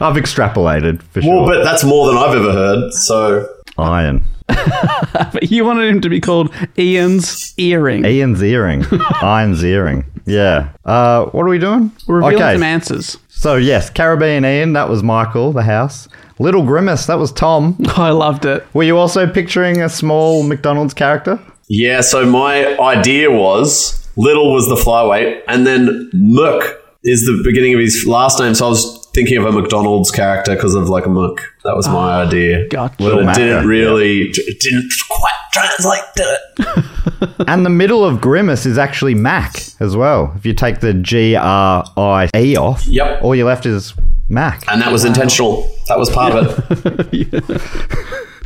A: I've extrapolated for sure.
C: Well, but that's more than I've ever heard. So
A: Iron.
D: But you wanted him to be called Ian's earring.
A: Ian
C: [LAUGHS]
A: Ziering. Iron Ziering. Yeah. Uh, what are we doing?
D: Revealing some answers. [LAUGHS]
A: So, yes, Caribbean Ian, that was Michael, the house. Little Grimace, that was Tom.
D: I loved it.
A: Were you also picturing a small McDonald's character?
C: yeah, so my idea was little was the flyweight, and then Mook is the beginning of his last name. So I was thinking of a McDonald's character because of like a Mook. That was my idea.
D: gotcha.
C: But
A: Little
C: it
A: Mac,
C: didn't
A: yeah.
C: really, it didn't quite translate it.
A: and the middle of Grimace is actually Mac as well. If you take the G R I E off,
C: Yep.
A: all you're left is Mac.
C: And that was intentional. That was part of it.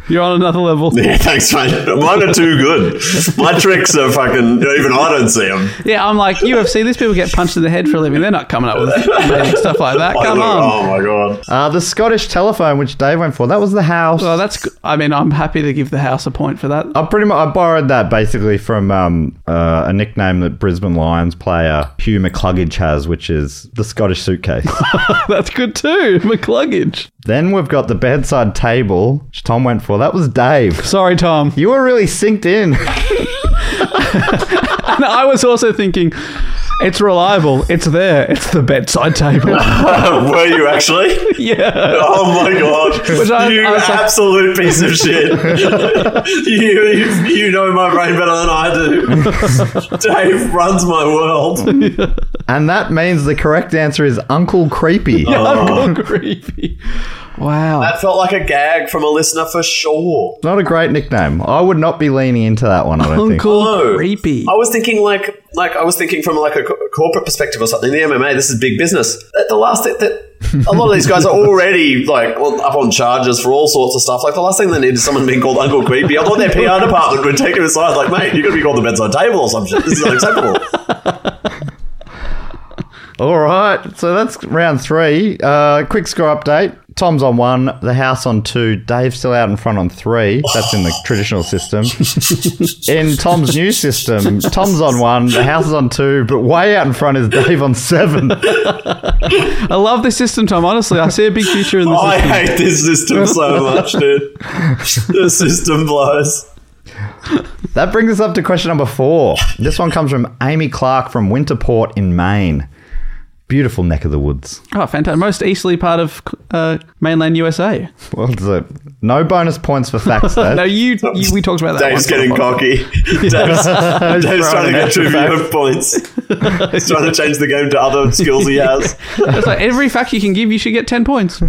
D: You're on another level.
C: [LAUGHS] Yeah, thanks, mate. Mine are too good. My tricks are fucking, even I don't see them.
D: Yeah, I'm like UFC. These people get punched in the head for a living. They're not coming up with amazing stuff
C: [LAUGHS]
D: like that. Uh, Come on.
C: Oh my God. [LAUGHS]
A: Uh, the Scottish telephone, which Dave went for, that was the house.
D: Well, that's. g- I mean, I'm happy to give the house a point for that. [LAUGHS]
A: I pretty much I borrowed that basically from um, uh, a nickname that Brisbane Lions player Hugh McCluggage has, which is the Scottish suitcase.
D: That's good too. [LAUGHS] McCluggage.
A: then we've got the bedside table, which Tom went for. That was Dave.
D: Sorry, Tom.
A: You were really synced in.
D: [LAUGHS] And I was also thinking, it's reliable. It's there. It's the bedside [LAUGHS] table.
C: Were you actually?
D: yeah. [LAUGHS]
C: Oh my god!
D: I-
C: you
D: I was like-
C: absolute piece of shit! [LAUGHS] you, you you know my brain better than I do. [LAUGHS] Dave runs my world.
A: and that means the correct answer is Uncle Creepy.
D: Uncle Creepy. Wow.
C: That felt like a gag from a listener for sure.
A: Not a great nickname. I would not be leaning into that one, I don't think.
D: Uncle
C: No.
D: Creepy.
C: I was thinking like like I was thinking from like a co- corporate perspective or something. In the MMA, this is big business. That- The last thing that a lot of these guys are already like well, up on charges for all sorts of stuff. Like the last thing they need is someone being called Uncle Creepy. I thought their PR department would take them aside, like, mate, you're gonna be called the bedside table or some shit. This is unacceptable.
A: All right, so that's round three. Uh, quick score update. Tom's on one, the house on two, Dave's still out in front on three. That's in the traditional system. in Tom's new system, Tom's on one, the house is on two, but way out in front is Dave on seven.
D: I love this system, Tom. Honestly, I see a big future in this.
C: [LAUGHS] I
D: system.
C: hate this system so much, dude. the system blows.
A: That brings us up to question number four. This one comes from Amy Clark from Winterport in Maine. Beautiful neck of the woods.
D: Oh, fantastic! Most easterly part of uh, mainland USA.
A: Well, so no bonus points for facts, Dave.
D: [LAUGHS] No, you, you. We talked about that.
C: Dave's
D: once
C: getting
D: on the podcast.
C: cocky. Dave's, Dave's
A: throwing
C: trying to get
A: extra
C: trivia
A: facts.
C: points. He's trying to change the game to other skills he has.
D: It's like every fact you can give, you should get ten points.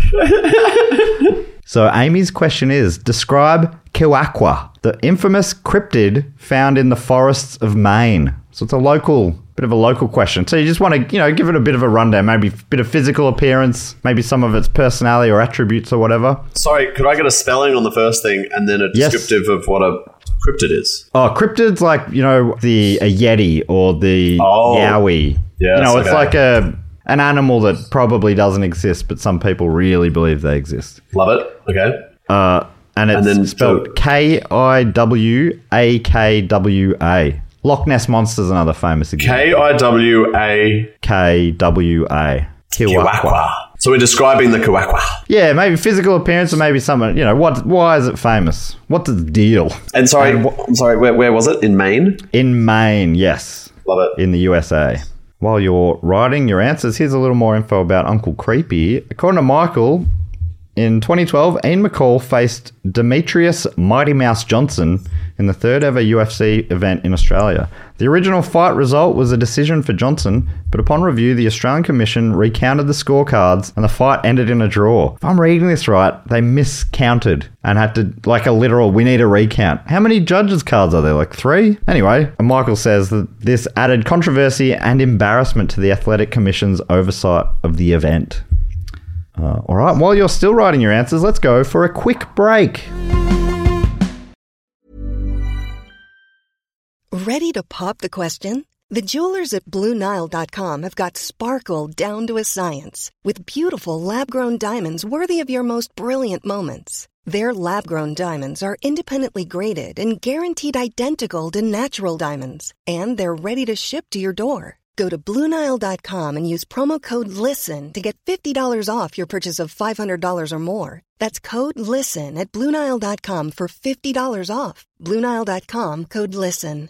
A: So Amy's question is: Describe Kiwakwa, the infamous cryptid found in the forests of Maine. So it's a local, bit of a local question. So you just want to, you know, give it a bit of a rundown, maybe a bit of physical appearance, maybe some of its personality or attributes or whatever.
C: Sorry, could I get a spelling on the first thing and then a
A: Yes.
C: descriptive of what a cryptid is?
A: Oh, cryptids like you know the a yeti or the
C: Oh.
A: yowie.
C: Yes,
A: you know, it's
C: okay.
A: like a an animal that probably doesn't exist, but some people really believe they exist.
C: Love it. Okay.
A: Uh, and it's
C: then so-
A: spelled K I W A K W A. Loch Ness Monster's another famous example.
C: K I W A
A: K W A. Kiwakwa.
C: Kiwakwa. So we're describing the Kiwakwa.
A: Yeah, maybe physical appearance or maybe something. You know, what? why is it famous? What's its deal?
C: And sorry, wh- I'm sorry, where, where was it? In Maine?
A: In Maine, yes,
C: Love it.
A: in the USA. While you're writing your answers, here's a little more info about Uncle Creepy. According to Michael, in 2012, Ian McCall faced Demetrius Mighty Mouse Johnson in the third ever UFC event in Australia. The original fight result was a decision for Johnson, but upon review, the Australian Commission recounted the scorecards and the fight ended in a draw. If I'm reading this right, they miscounted and had to, like a literal, we need a recount. How many judges' cards are there? Like three? Anyway, and Michael says that this added controversy and embarrassment to the Athletic Commission's oversight of the event. Uh, all right, while you're still writing your answers, let's go for a quick break.
B: Ready to pop the question? The jewelers at BlueNile.com have got sparkle down to a science with beautiful lab grown diamonds worthy of your most brilliant moments. Their lab grown diamonds are independently graded and guaranteed identical to natural diamonds, and they're ready to ship to your door. Go to BlueNile.com and use promo code LISTEN to get $50 off your purchase of $500 or more. That's code LISTEN at BlueNile.com for $50 off. BlueNile.com code LISTEN.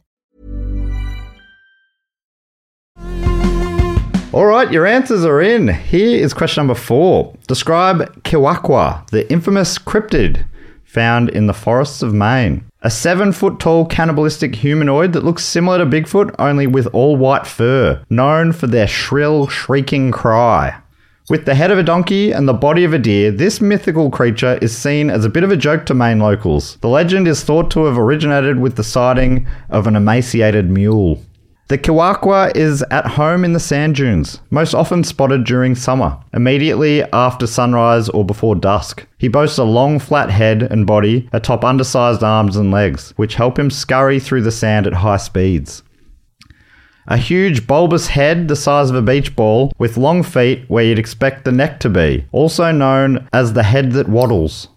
A: All right, your answers are in. Here is question number four. Describe Kiwakwa, the infamous cryptid found in the forests of Maine. A seven foot tall cannibalistic humanoid that looks similar to Bigfoot, only with all white fur, known for their shrill, shrieking cry. With the head of a donkey and the body of a deer, this mythical creature is seen as a bit of a joke to Maine locals. The legend is thought to have originated with the sighting of an emaciated mule. The Kiwakwa is at home in the sand dunes, most often spotted during summer, immediately after sunrise or before dusk. He boasts a long, flat head and body atop undersized arms and legs, which help him scurry through the sand at high speeds. A huge bulbous head the size of a beach ball with long feet where you'd expect the neck to be, also known as the head that waddles.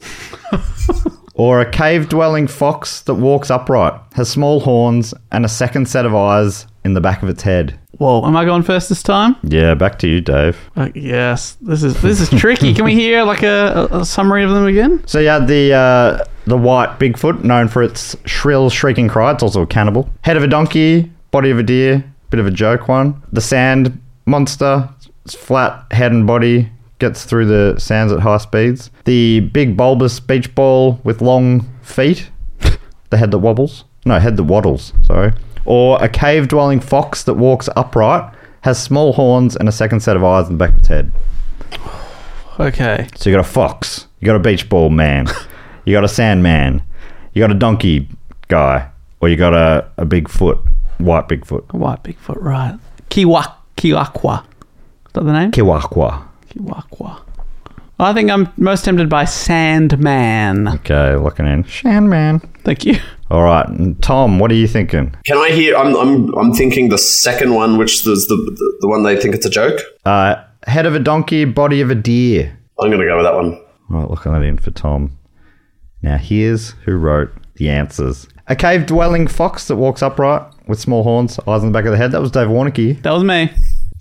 A: or a cave dwelling fox that walks upright, has small horns, and a second set of eyes in the back of its head.
D: Whoa, am I going first this time?
A: Yeah, back to you, Dave.
D: Uh, yes, this is this is tricky.
A: [LAUGHS]
D: Can we hear like a, a, a summary of them again?
A: So yeah, the uh, the white Bigfoot, known for its shrill shrieking cry, it's also a cannibal. Head of a donkey, body of a deer, bit of a joke one. The sand monster, its flat head and body, gets through the sands at high speeds. The big bulbous beach ball with long feet, [LAUGHS] the head that wobbles. No, head that waddles. Sorry. Or a cave dwelling fox that walks upright, has small horns and a second set of eyes in the back of its head.
D: Okay.
A: So you got a fox, you got a beach ball man, you got a sandman, you got a donkey guy, or you got a, a big foot, white Bigfoot,
D: A white Bigfoot, right? Kiwa Kiwakwa. Is that the name?
A: Kiwakwa.
D: Kiwakwa. I think I'm most tempted by Sandman.
A: Okay, looking in. Sandman.
D: Thank you.
A: All right, and Tom, what are you thinking?
C: Can I hear? I'm, I'm, I'm thinking the second one, which is the, the, the one they think it's a joke.
A: Uh, head of a donkey, body of a deer.
C: I'm going to go with that one.
A: All right, looking that in for Tom. Now, here's who wrote the answers. A cave dwelling fox that walks upright with small horns, eyes on the back of the head. That was Dave Warnicky.
D: That was me.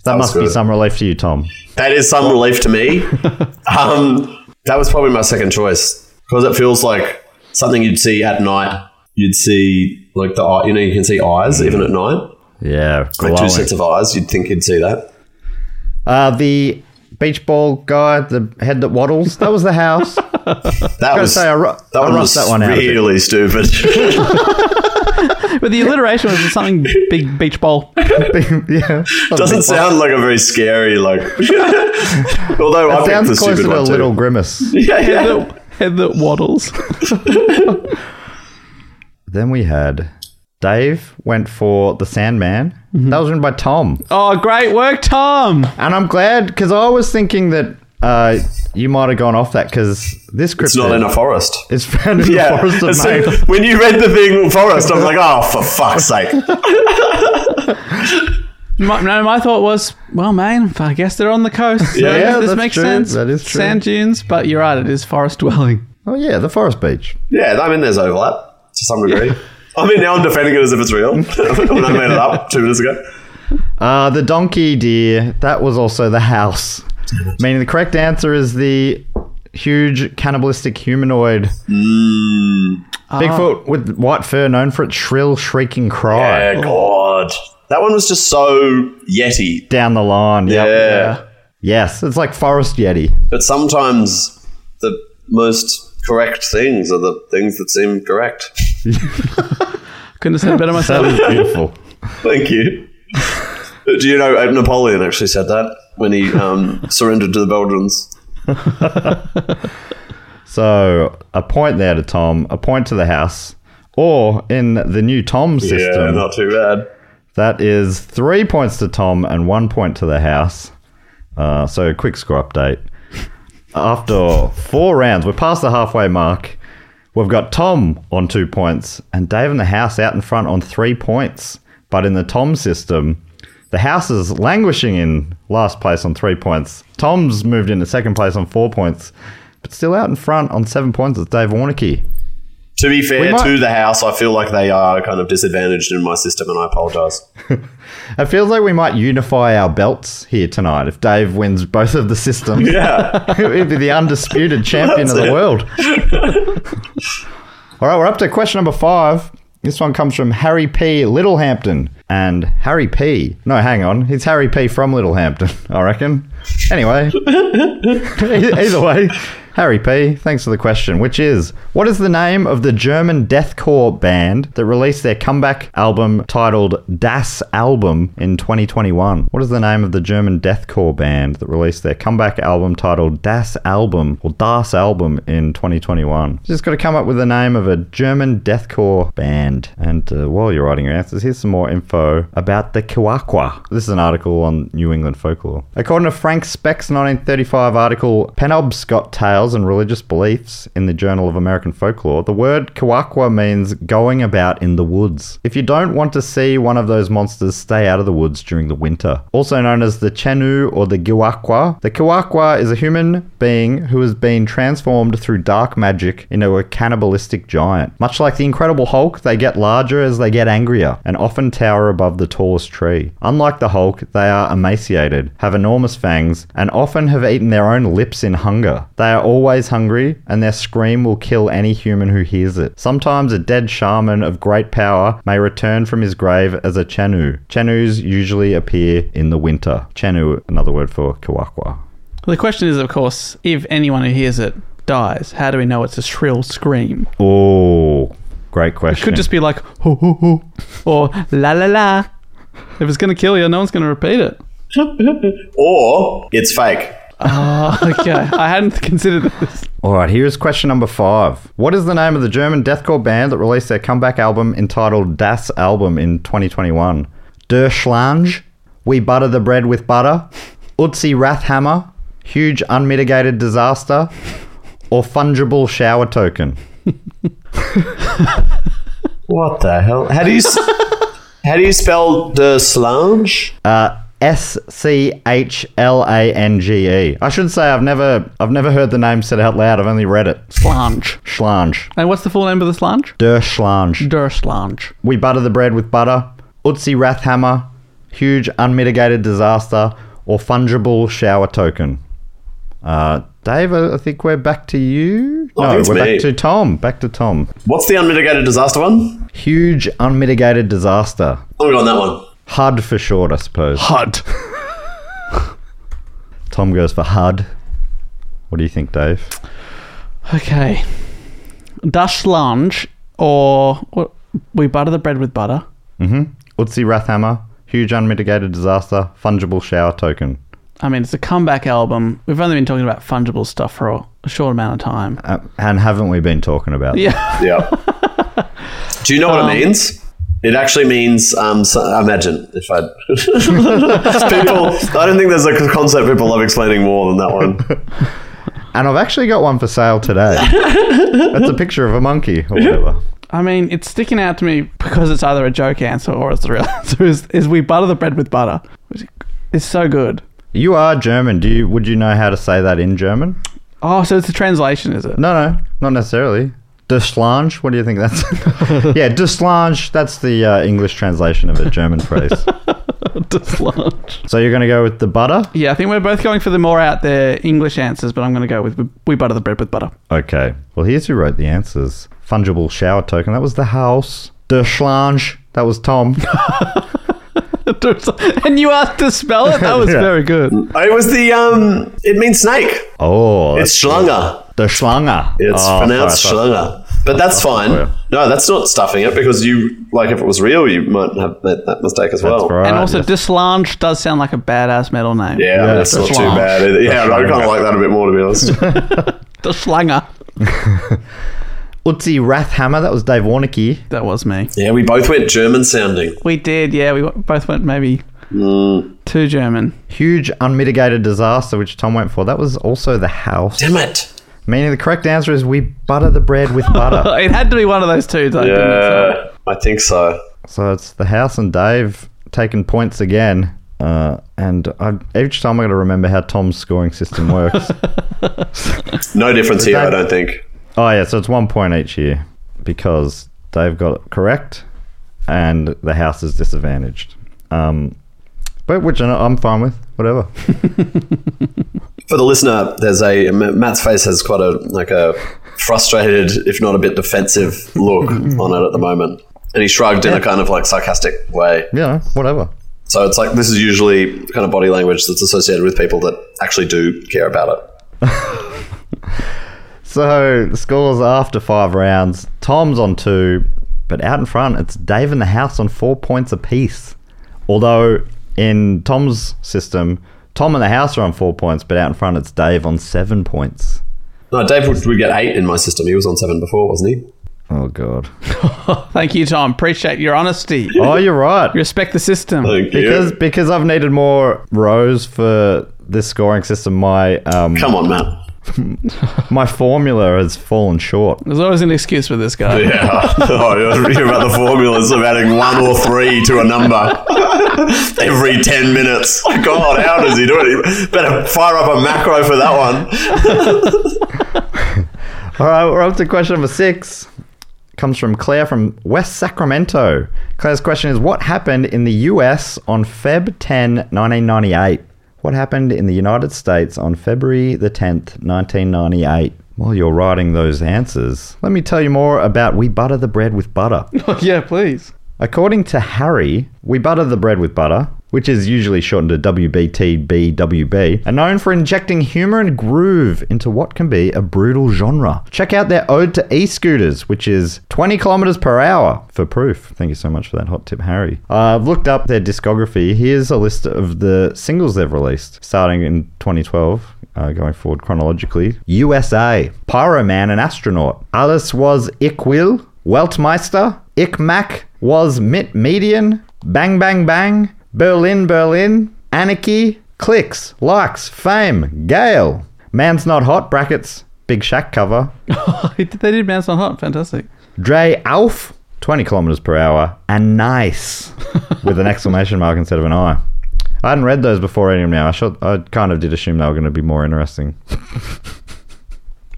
A: That,
C: was
A: must be
C: good.
A: some relief to you, Tom.
C: That is some relief to me. [LAUGHS] um, that was probably my second choice because it feels like something you'd see at night. You'd see like the eye, you know, you can see eyes even at night.
A: Yeah,
C: Like two
A: glowing.
C: sets of eyes, you'd think you'd see that.
A: Uh, the beach ball guy, the head that waddles. That was the
C: [LAUGHS]
A: house.
C: That was
A: say, I ru-
C: that
A: I
C: one
A: roughed
C: was
A: that one out a bit.
C: really stupid.
D: But the alliteration was something big beach ball.
A: [LAUGHS] [LAUGHS]
C: [LAUGHS]
A: yeah,
C: Doesn't sound like a very scary like. [LAUGHS] Although I picked the
A: sounds closer
C: stupid
A: to a
C: one
A: little
C: too.
A: grimace.
C: [LAUGHS] Yeah,
D: Head
C: yeah.
D: that, head that waddles.
A: Then we had Dave went for the Sandman.
C: Mm-hmm.
A: That was written by Tom,
D: Oh, great work, Tom.
A: and I'm glad because I was thinking that uh, you might have gone off that because this cryptid
C: It's not in a forest.
A: is found [LAUGHS] in
C: [LAUGHS] Yeah.
A: the
C: And
A: forest
C: so
A: of Maine.
C: when you read the thing forest, I'm like, oh, for fuck's sake.
D: My, no, my thought was, well, man, I guess they're on the coast. So
A: Yeah,
D: this
A: that's
D: makes
A: true.
D: sense.
A: That is true.
D: Sand dunes, but you're right, it is forest dwelling.
A: Oh yeah, the forest beach.
C: Yeah, I mean, there's overlap to some degree. I mean, now I'm defending it as if it's real [LAUGHS] when I made it up two
A: [LAUGHS]
C: minutes ago.
A: Uh, the donkey deer. That was also the house. Meaning the correct answer is the huge cannibalistic humanoid Bigfoot with white fur, known for its shrill, shrieking cry.
C: Yeah, God. That one was just so yeti.
A: Down the line.
C: Yeah.
A: Yep. Yes, it's like forest yeti.
C: But sometimes the most correct things are the things that seem correct. [LAUGHS]
D: Couldn't have said
A: [LAUGHS]
D: it better
A: That
D: myself.
A: is beautiful.
C: Thank you. Do you know uh, Napoleon actually said that when he um, [LAUGHS] surrendered to the Belgians?
A: So a point there to Tom, a point to the house, or in the new Tom
C: Yeah,
A: system,
C: not too bad.
A: that is three points to Tom and one point to the house. Uh, so a quick score update. After four rounds, we're past the halfway mark. We've got Tom on two points and Dave and the house out in front on three points. But in the Tom system, the house is languishing in last place on three points. Tom's moved into second place on four points, but still out in front on seven points is Dave Warnicky.
C: To be fair
A: might-
C: to the house, I feel like they are kind of disadvantaged in my system, and I apologise.
A: It feels like we might unify our belts here tonight if Dave wins both of the systems.
C: Yeah,
A: He'd be the undisputed champion of the
C: it.
A: world. All right, we're up to question number five. This one comes from Harry P. Littlehampton. and Harry P. No, hang on. He's Harry P. from Littlehampton, [LAUGHS] I reckon. Anyway, e- [LAUGHS] either way, Harry P. Thanks for the question, which is what is the name of the German deathcore band that released their comeback album titled Das Album in 2021? What is the name of the German deathcore band that released their comeback album titled Das Album or Das Album in 2021? Just got to come up with the name of a German deathcore band. And uh, while you're writing your answers, here's some more info about the Kiwakwa. This is an article on New England folklore. According to Frank Speck's 1935 article, Penobscot Tales and Religious Beliefs in the Journal of American Folklore, the word Kiwakwa means going about in the woods. If you don't want to see one of those monsters, stay out of the woods during the winter. Also known as the Chenu or the Giwakwa, the Kiwakwa is a human being who has been transformed through dark magic into a cannibalistic giant. Much like the Incredible Hulk, they get larger as they get angrier and often tower above the tallest tree. Unlike the Hulk, they are emaciated, have enormous fangs, and often have eaten their own lips in hunger. They are always hungry, and their scream will kill any human who hears it. Sometimes a dead shaman of great power may return from his grave as a Chenu. Chenus usually appear in the winter. Chenu, another word for Kiwakwa.
D: The question is, of course, if anyone who hears it dies, how do we know it's a shrill scream?
A: Oh, great
D: It
A: question.
D: could just be like, ho, ho, ho, or la, la, la. If it's going to kill you, no one's going to repeat it.
C: [LAUGHS] Or it's fake.
D: Oh, okay. I hadn't [LAUGHS] considered this.
A: All right, here's question number five. What is the name of the German deathcore band that released their comeback album entitled Das Album in 2021? Der Schlange, We Butter the Bread with Butter, Utzi Rathhammer, Huge Unmitigated Disaster, or Fungible Shower Token?
C: What the hell? How do you s- how do you spell the slange?
A: Uh, S C H L A N G E. I should say I've never I've never heard the name said out loud. I've only read it.
D: Slange.
A: Schlange.
D: And what's the full name of the slange?
A: Der Schlange.
D: Der Slange.
A: We butter the bread with butter, Utsi Rathhammer, huge unmitigated disaster, or fungible shower token. Uh, Dave, I I think we're back to you.
C: I think
A: no,
C: it's
A: we're
C: me.
A: back to Tom. Back to Tom.
C: What's the unmitigated disaster one?
A: Huge unmitigated disaster.
C: I'm going that one.
A: HUD for short, I suppose.
D: HUD.
A: Tom goes for HUD. What do you think, Dave?
D: Okay. Das Slange, or what, we butter the bread with butter.
A: Utsi Rathhammer, huge unmitigated disaster, fungible shower token.
D: I mean, it's a comeback album. We've only been talking about fungible stuff for a, a short amount of time.
A: Uh, and haven't we been talking about that?
D: Yeah.
C: Yeah.
A: [LAUGHS]
C: do you know
A: Um,
C: what it means? It actually means, um, so, I imagine, if I. [LAUGHS] people, I don't think there's a concept people love explaining more than that one.
A: And I've actually got one for sale
C: [LAUGHS]
A: today. That's a picture of a monkey or whatever.
D: I mean, it's sticking out to me because it's either a joke answer or it's the real [LAUGHS] answer. Is, is we butter the bread with butter, which is so good.
A: You are German. Do you? Would you know how to say that in German?
D: Oh, so it's a translation, is
A: [LAUGHS]
D: it?
A: No, no, not necessarily. Deslange. What do you think
C: [LAUGHS]
A: that's? yeah, deslange. That's the uh, English translation of a German
C: [LAUGHS]
A: phrase.
D: Dislodge.
A: So you're going to go with the butter?
D: Yeah, I think we're both going for the more out there English answers, but I'm going to go with we butter the bread with butter. [LAUGHS]
A: Okay. Well, here's who wrote the answers. Fungible shower token. That was the house. Deslange. That was
C: [LAUGHS]
A: Tom.
D: and you asked to spell
A: [LAUGHS]
D: it? That was
A: Yeah.
D: very good.
C: It was the, um, it means snake.
A: Oh,
C: It's Schlange.
A: the Schlange.
C: It's
A: Oh,
C: pronounced
A: sorry, I thought-
C: Schlange. But that's fine.
A: yeah.
C: No, that's not stuffing it because you, like, if it was real, you might have made that mistake as well.
A: That's right.
D: and also,
A: yes.
D: Dislange does sound like a badass metal name.
C: Yeah,
A: Yeah,
C: that's not
A: that's
C: too
D: Schlange.
C: bad. Either. Yeah, no, I kind of like that a bit more, to
A: [LAUGHS]
C: be honest.
D: The Slanger.
A: Utzi Rathhammer. That was Dave Warnicky.
D: That was me.
C: yeah, we both went German sounding.
D: We did, yeah. We w- both went maybe
A: Mm.
D: too German.
A: Huge unmitigated disaster, which Tom went for. That was also the house.
C: Damn it.
A: Meaning the correct answer is we butter the bread with
D: [LAUGHS]
A: butter.
D: It had to be one of those two, though, didn't it? So-
C: Yeah, I think so.
A: so it's the house and Dave taking points again. Uh, and I, each time I got to remember how Tom's scoring system works.
C: No difference here,
A: that-
C: I don't think.
A: oh yeah, so it's one point each year because Dave got it correct, and the house is disadvantaged. Um, but which I- I'm fine with, whatever.
C: For the listener, there's a Matt's face has
A: Mm-hmm.
C: quite a like a frustrated, if not a bit defensive, look on it at the moment. And he shrugged in a kind of like sarcastic way.
A: Yeah, whatever.
C: So it's like this is usually the kind of body language that's associated with people that actually do care about it.
A: So the scores after five rounds. Tom's on two, but out in front, it's Dave and the house on four points apiece. Although in Tom's system, Tom and the house are on four points, but out in front, it's Dave on seven points.
C: No, Dave would, would get eight in my system. He was on seven before, wasn't he?
A: Oh god.
D: Thank you, Tom. Appreciate your honesty.
A: Oh, you're right.
D: Respect the system.
C: Thank you.
A: because because I've needed more rows for this scoring system. My um
C: Come on, Matt.
A: my formula has fallen short.
D: There's always an excuse with this guy.
C: Yeah. [LAUGHS] oh, you're reading about the formulas of adding one or three to a number [LAUGHS] every 10 minutes. God, how does he do it? He better fire up a macro for that one.
A: All right, we're up to question number six. Comes from Claire from West Sacramento. Claire's question is What happened in the US on Feb 10, 1998? What happened in the United States on February the 10th, 1998? While you're writing those answers, let me tell you more about We Butter the Bread with Butter.
D: [LAUGHS] yeah, please. [LAUGHS]
A: According to Harry, we butter the bread with butter, which is usually shortened to WBTBWB, are known for injecting humor and groove into what can be a brutal genre. Check out their ode to e-scooters, which is 20 kilometers per hour for proof. Thank you so much for that hot tip, Harry. Uh, I've looked up their discography. Here's a list of the singles they've released, starting in 2012 uh, going forward chronologically. USA, Pyroman and Astronaut. Alice was Ich Will, Weltmeister, Ich Mac was Mit Median, Bang Bang Bang, Berlin Berlin, Anarchy, Clicks, Likes, Fame, Gale, Man's Not Hot, brackets, Big Shack cover,
D: they did Mouse on Hot. Fantastic.
A: Dre Alf, 20 kilometers per hour, and nice with an exclamation mark instead of an I. I hadn't read those before reading them now. I, should, I kind of did assume they were going to be more interesting. [LAUGHS]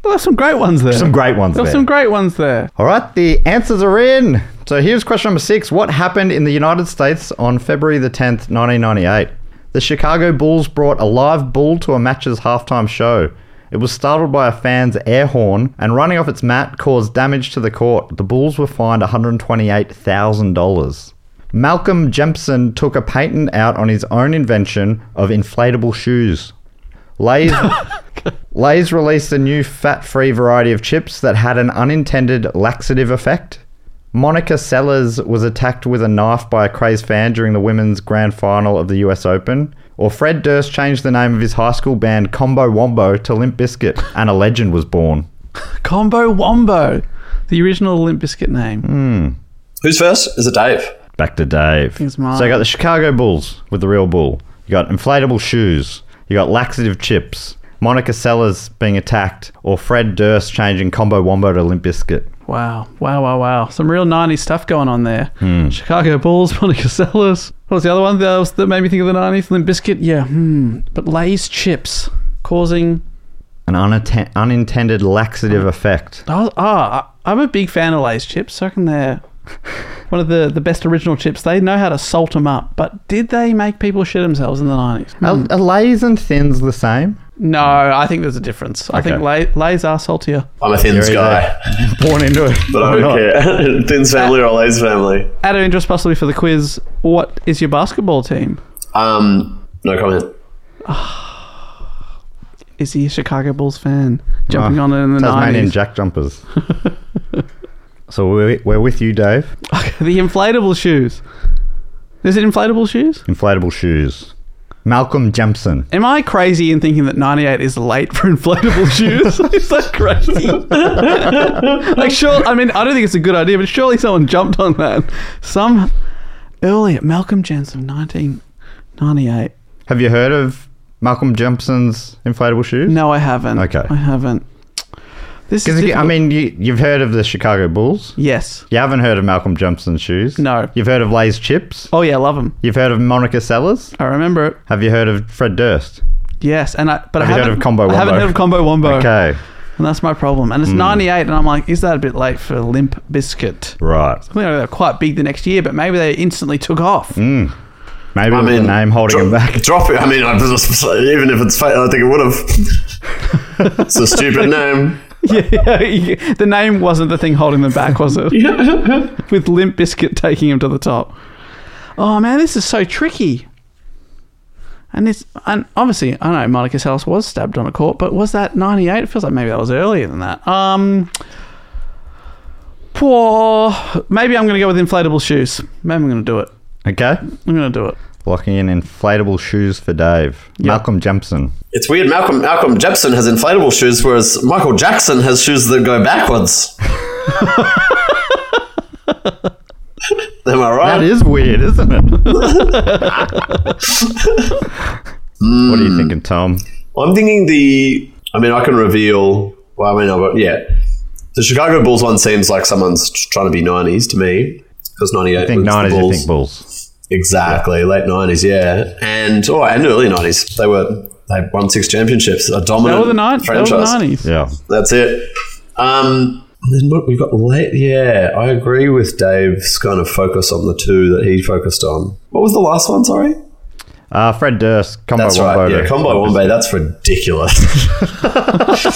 D: Well, there's some great ones there.
A: Some great ones
D: There's
A: there.
D: some great ones there.
A: All right, the answers are in. So here's question number six. What happened in the United States on February the 10th, 1998? The Chicago Bulls brought a live bull to a match's halftime show. It was startled by a fan's air horn and running off its mat caused damage to the court. The Bulls were fined $128,000. Malcolm Jempson took a patent out on his own invention of inflatable shoes. Lay's, Lay's released a new fat free variety of chips that had an unintended laxative effect. Monica Sellers was attacked with a knife by a crazed fan during the women's grand final of the US Open. Or Fred Durst changed the name of his high school band Combo Wombo to Limp Biscuit, and a legend was born.
D: Combo Wombo, the original Limp Biscuit name.
C: Who's first? Is it Dave?
A: Back to Dave.
D: Thanks,
A: So
D: Mark.
A: you got the Chicago Bulls with the real bull. You got inflatable shoes. You got laxative chips. Monica Sellers being attacked, or Fred Durst changing Combo Wombo to Limp Biscuit.
D: Wow, wow, wow, wow. Some real 90s stuff going on there. Chicago Bulls, [LAUGHS] Monica Sellers. What was the other one that, was, that made me think of the 90s? Limp Biscuit? Yeah. Hmm. But Lay's chips causing.
A: An unatten- unintended laxative effect.
D: Oh, ah, I- I'm a big fan of Lay's chips. So I reckon they're one of the, the best original chips. They know how to salt them up. But did they make people shit themselves in the 90s?
A: Are, are lays and thins the same?
D: No, I think there's a difference. I think Lay, Lay's are saltier.
C: I'm a thins guy.
A: uh, [LAUGHS] Born into it.
C: But I don't care. [LAUGHS] thins family or Lay's family?
D: Out of interest, possibly for the quiz, what is your basketball team?
C: Um, no comment.
D: Is he a Chicago Bulls fan? Jumping on it in the
A: Ah, Uh, Tasmanian
D: 90s.
A: jack
D: [LAUGHS]
A: jumpers. so we're, we're with you, Dave.
D: The inflatable shoes. Is it inflatable shoes?
A: Inflatable shoes. Malcolm Jempson.
D: Am I crazy in thinking that 98 is late for [LAUGHS] inflatable shoes? [LAUGHS] is that crazy? [LAUGHS] like, sure, I mean, I don't think it's a good idea, but surely someone jumped on that. Some earlier, Malcolm Jensen, 1998.
A: Have you heard of Malcolm Jempson's inflatable shoes?
D: No, I haven't.
A: Okay.
D: I haven't. This is.
A: Because I
D: difficult.
A: mean, you, you've heard of the Chicago Bulls.
D: yes.
A: You haven't heard of Malcolm Jempson's shoes.
D: No.
A: You've heard of Lay's chips.
D: Oh, yeah, love them.
A: You've heard of Monica Sellers.
D: I remember it.
A: Have you heard of Fred Durst?
D: Yes, and I but
A: Have you
D: I
A: heard
D: haven't
A: of Combo
D: I haven't
A: Wombo?
D: heard of Combo Wombo.
A: Okay. Hmm.
D: And that's my problem. And it's 98, and I'm like, is that a bit late for Limp Biscuit?
A: Right.
D: I think they were quite big the next year, but maybe they instantly took off.
A: Maybe it
C: I
A: was
C: mean,
A: the name holding
C: dro-
A: him back.
C: Drop it. I
A: [LAUGHS]
C: mean, I, even if it's fake, I think it would have. it's a stupid name.
D: [LAUGHS] yeah, the name wasn't the thing holding them back, was [LAUGHS] it? With Limp Biscuit taking him to the top. Oh man, this is so tricky. And it's and obviously I know Monica Seles was stabbed on a court, but was that ninety eight? It feels like maybe that was earlier than that. Um poor maybe I'm gonna go with inflatable shoes. Maybe I'm gonna do it.
A: Okay.
D: I'm gonna do it.
A: Locking in inflatable shoes for Dave. Malcolm Jempson.
C: It's weird. Malcolm Malcolm Jepson has inflatable shoes, whereas Michael Jackson has shoes that go backwards. [LAUGHS] Am I right?
A: That is weird, isn't [LAUGHS] it? What are
C: Hmm.
A: you thinking, Tom?
C: I'm thinking the. I mean, I can reveal. Well, I mean, I've, yeah, the Chicago Bulls one seems like someone's trying to be '90s to me because '98.
A: I think
C: was the
A: 90s, you
C: Bulls.
A: think Bulls.
C: Exactly, late '90s, yeah, and oh, and early '90s. They were they won six championships, a
D: That
C: dominant
D: were the nine that were
C: franchise.
D: the nineties.
A: Yeah.
C: That's it. Um, and then what we've got late. Yeah, I agree with Dave's kind of focus on the two that he focused on. What was the last one? Sorry,
A: Uh, Fred Durst, Combo
C: that's
A: Wombo.
C: right. Yeah, combo Wombe. That's ridiculous. [LAUGHS] but like,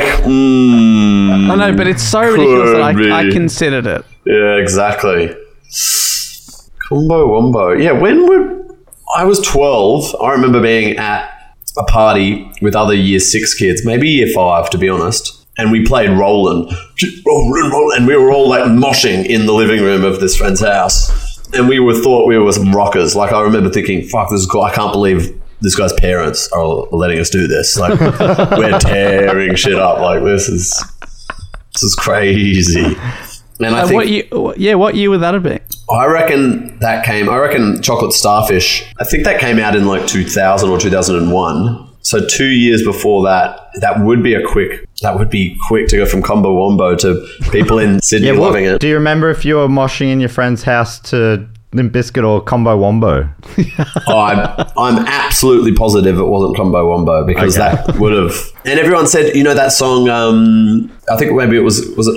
D: I
C: mm,
D: know, but it's so ridiculous that
C: Could
D: I, I
C: be.
D: considered it.
C: yeah, exactly. Combo Wombo. Yeah, when would I was twelve? I remember being at a party with other year six kids, maybe year five, to be honest. And we played Roland, Roland, Roland, and we were all like moshing in the living room of this friend's house. And we were thought we were some rockers. Like I remember thinking, "Fuck, this is cool. I can't believe this guy's parents are letting us do this. Like we're tearing shit up. Like this is this is crazy." And I
D: Uh,
C: think
D: what year, yeah, what year would that have been?
C: Oh, I reckon that came. I reckon Chocolate Starfish. I think that came out in like 2000 or 2001. So two years before that, that would be a quick. That would be quick to go from Combo Wombo to people in Sydney
A: Yeah,
C: loving
A: well,
C: it.
A: do you remember if you were moshing in your friend's house to Limp Biscuit or Combo Wombo?
C: Oh, I'm, I'm absolutely positive it wasn't Combo Wombo because that would have. And everyone said, you know, that song. Um, I think maybe it was was it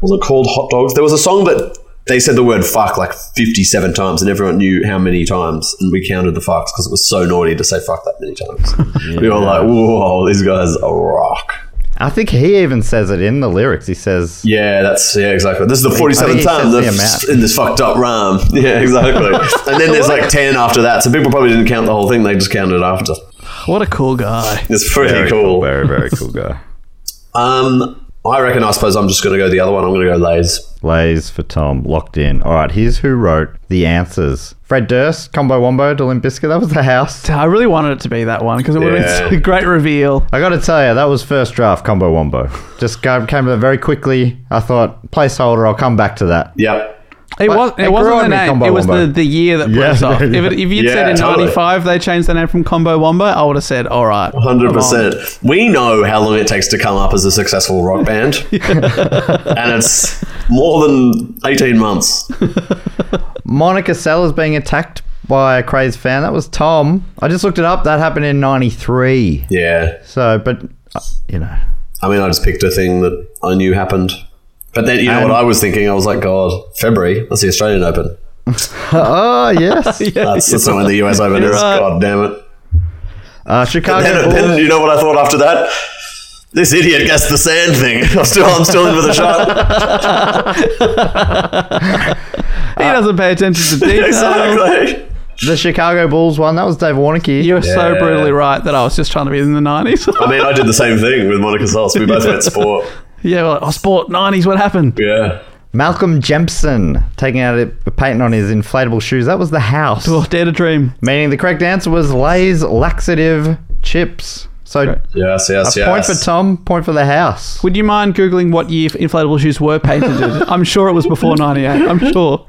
C: was it called Hot Dogs? There was a song that they said the word fuck like 57 times, and everyone knew how many times, and we counted the fucks because it was so naughty to say fuck that many times. We were like, whoa, these guys are rock.
A: I think he even says it in the lyrics. He says,
C: Yeah, that's yeah, exactly. This is the
A: I think
C: 47th
A: he
C: time
A: says the
C: that's
A: amount.
C: in this fucked up rhyme. [LAUGHS] Yeah, exactly. and then there's like 10 after that, so people probably didn't count the whole thing; they just counted it after.
D: What a cool guy.
C: It's pretty
A: very
C: cool.
A: Very, very cool guy.
C: Um, I reckon. I suppose I'm just going to go the other one. I'm going to go Lays.
A: Lays for Tom, locked in. All right, here's who wrote the answers Fred Durst, Combo Wombo to Limp Biscuit. That was the house. [LAUGHS]
D: I really wanted it to be that one because it would have been
C: Yeah.
D: [LAUGHS] a great reveal.
A: I got to tell you, that was first draft Combo Wombo. Just ca- came to that very quickly. I thought, placeholder, I'll come back to that.
C: Yep.
D: It, was,
A: it
D: it wasn't
A: grew on me,
D: the name.
A: Combo
D: it was
A: Wombo.
D: the, the year that
A: Yeah,
C: [LAUGHS]
D: was off.
A: yeah.
D: If, it, if you'd
C: Yeah,
D: said in
C: totally.
D: 95 they changed the name from Combo Wombo, I would have said, all right.
C: Hundred percent. We know how long it takes to come up as a successful rock band, and it's more than eighteen months.
A: Monica Sellers being attacked by a crazed fan. That was Tom. I just looked it up. That happened in 93.
C: Yeah,
A: So, but, uh, you know.
C: I mean, I just picked a thing that I knew happened. But then, you know
A: And-
C: what I was thinking? I was like, God, February. That's the Australian Open.
A: [LAUGHS] Oh, yes.
C: [LAUGHS]
D: [LAUGHS]
C: That's, that's not when the US Open is.
D: right.
C: God damn it.
A: Uh, Chicago
C: Then,
A: Bulls.
C: then you know what I thought after that? This idiot guessed the sand thing. [LAUGHS] I'm still, I'm still in with a shot.
D: He doesn't pay
C: [LAUGHS]
D: attention to detail.
C: exactly.
A: The Chicago Bulls one. That was Dave Warnicki.
D: You're so
C: Yeah.
D: brutally right that I was just trying to be in the 90s.
C: I mean, I did the same thing with Monica Solis. We both went sport.
D: [LAUGHS] yeah, we're like, oh, sport, 90s, what happened?
C: Yeah.
A: Malcolm Jempson taking out a a patent on his inflatable shoes. That was the house.
D: Oh, dare to dream.
A: Meaning the correct answer was Lay's laxative chips. So
C: Yes, yes,
A: a
C: yes.
A: point for Tom, point for the house.
D: Would you mind Googling what year inflatable shoes
C: [LAUGHS]
D: were patented? I'm sure it was before 98. I'm sure.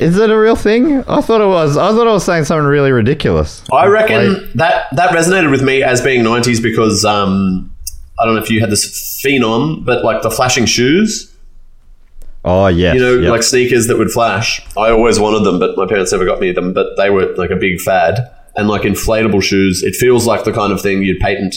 A: Is it a real thing? I thought it was. I thought I was saying something really ridiculous.
C: I reckon that that resonated with me as being 90s because um, I don't know if you had this phenom, but like the flashing shoes,
A: Oh yes.
C: you know,
A: yep.
C: like sneakers that would flash. I always wanted them, but my parents never got me them, but they were like a big fad. And like inflatable shoes, it feels like the kind of thing you'd patent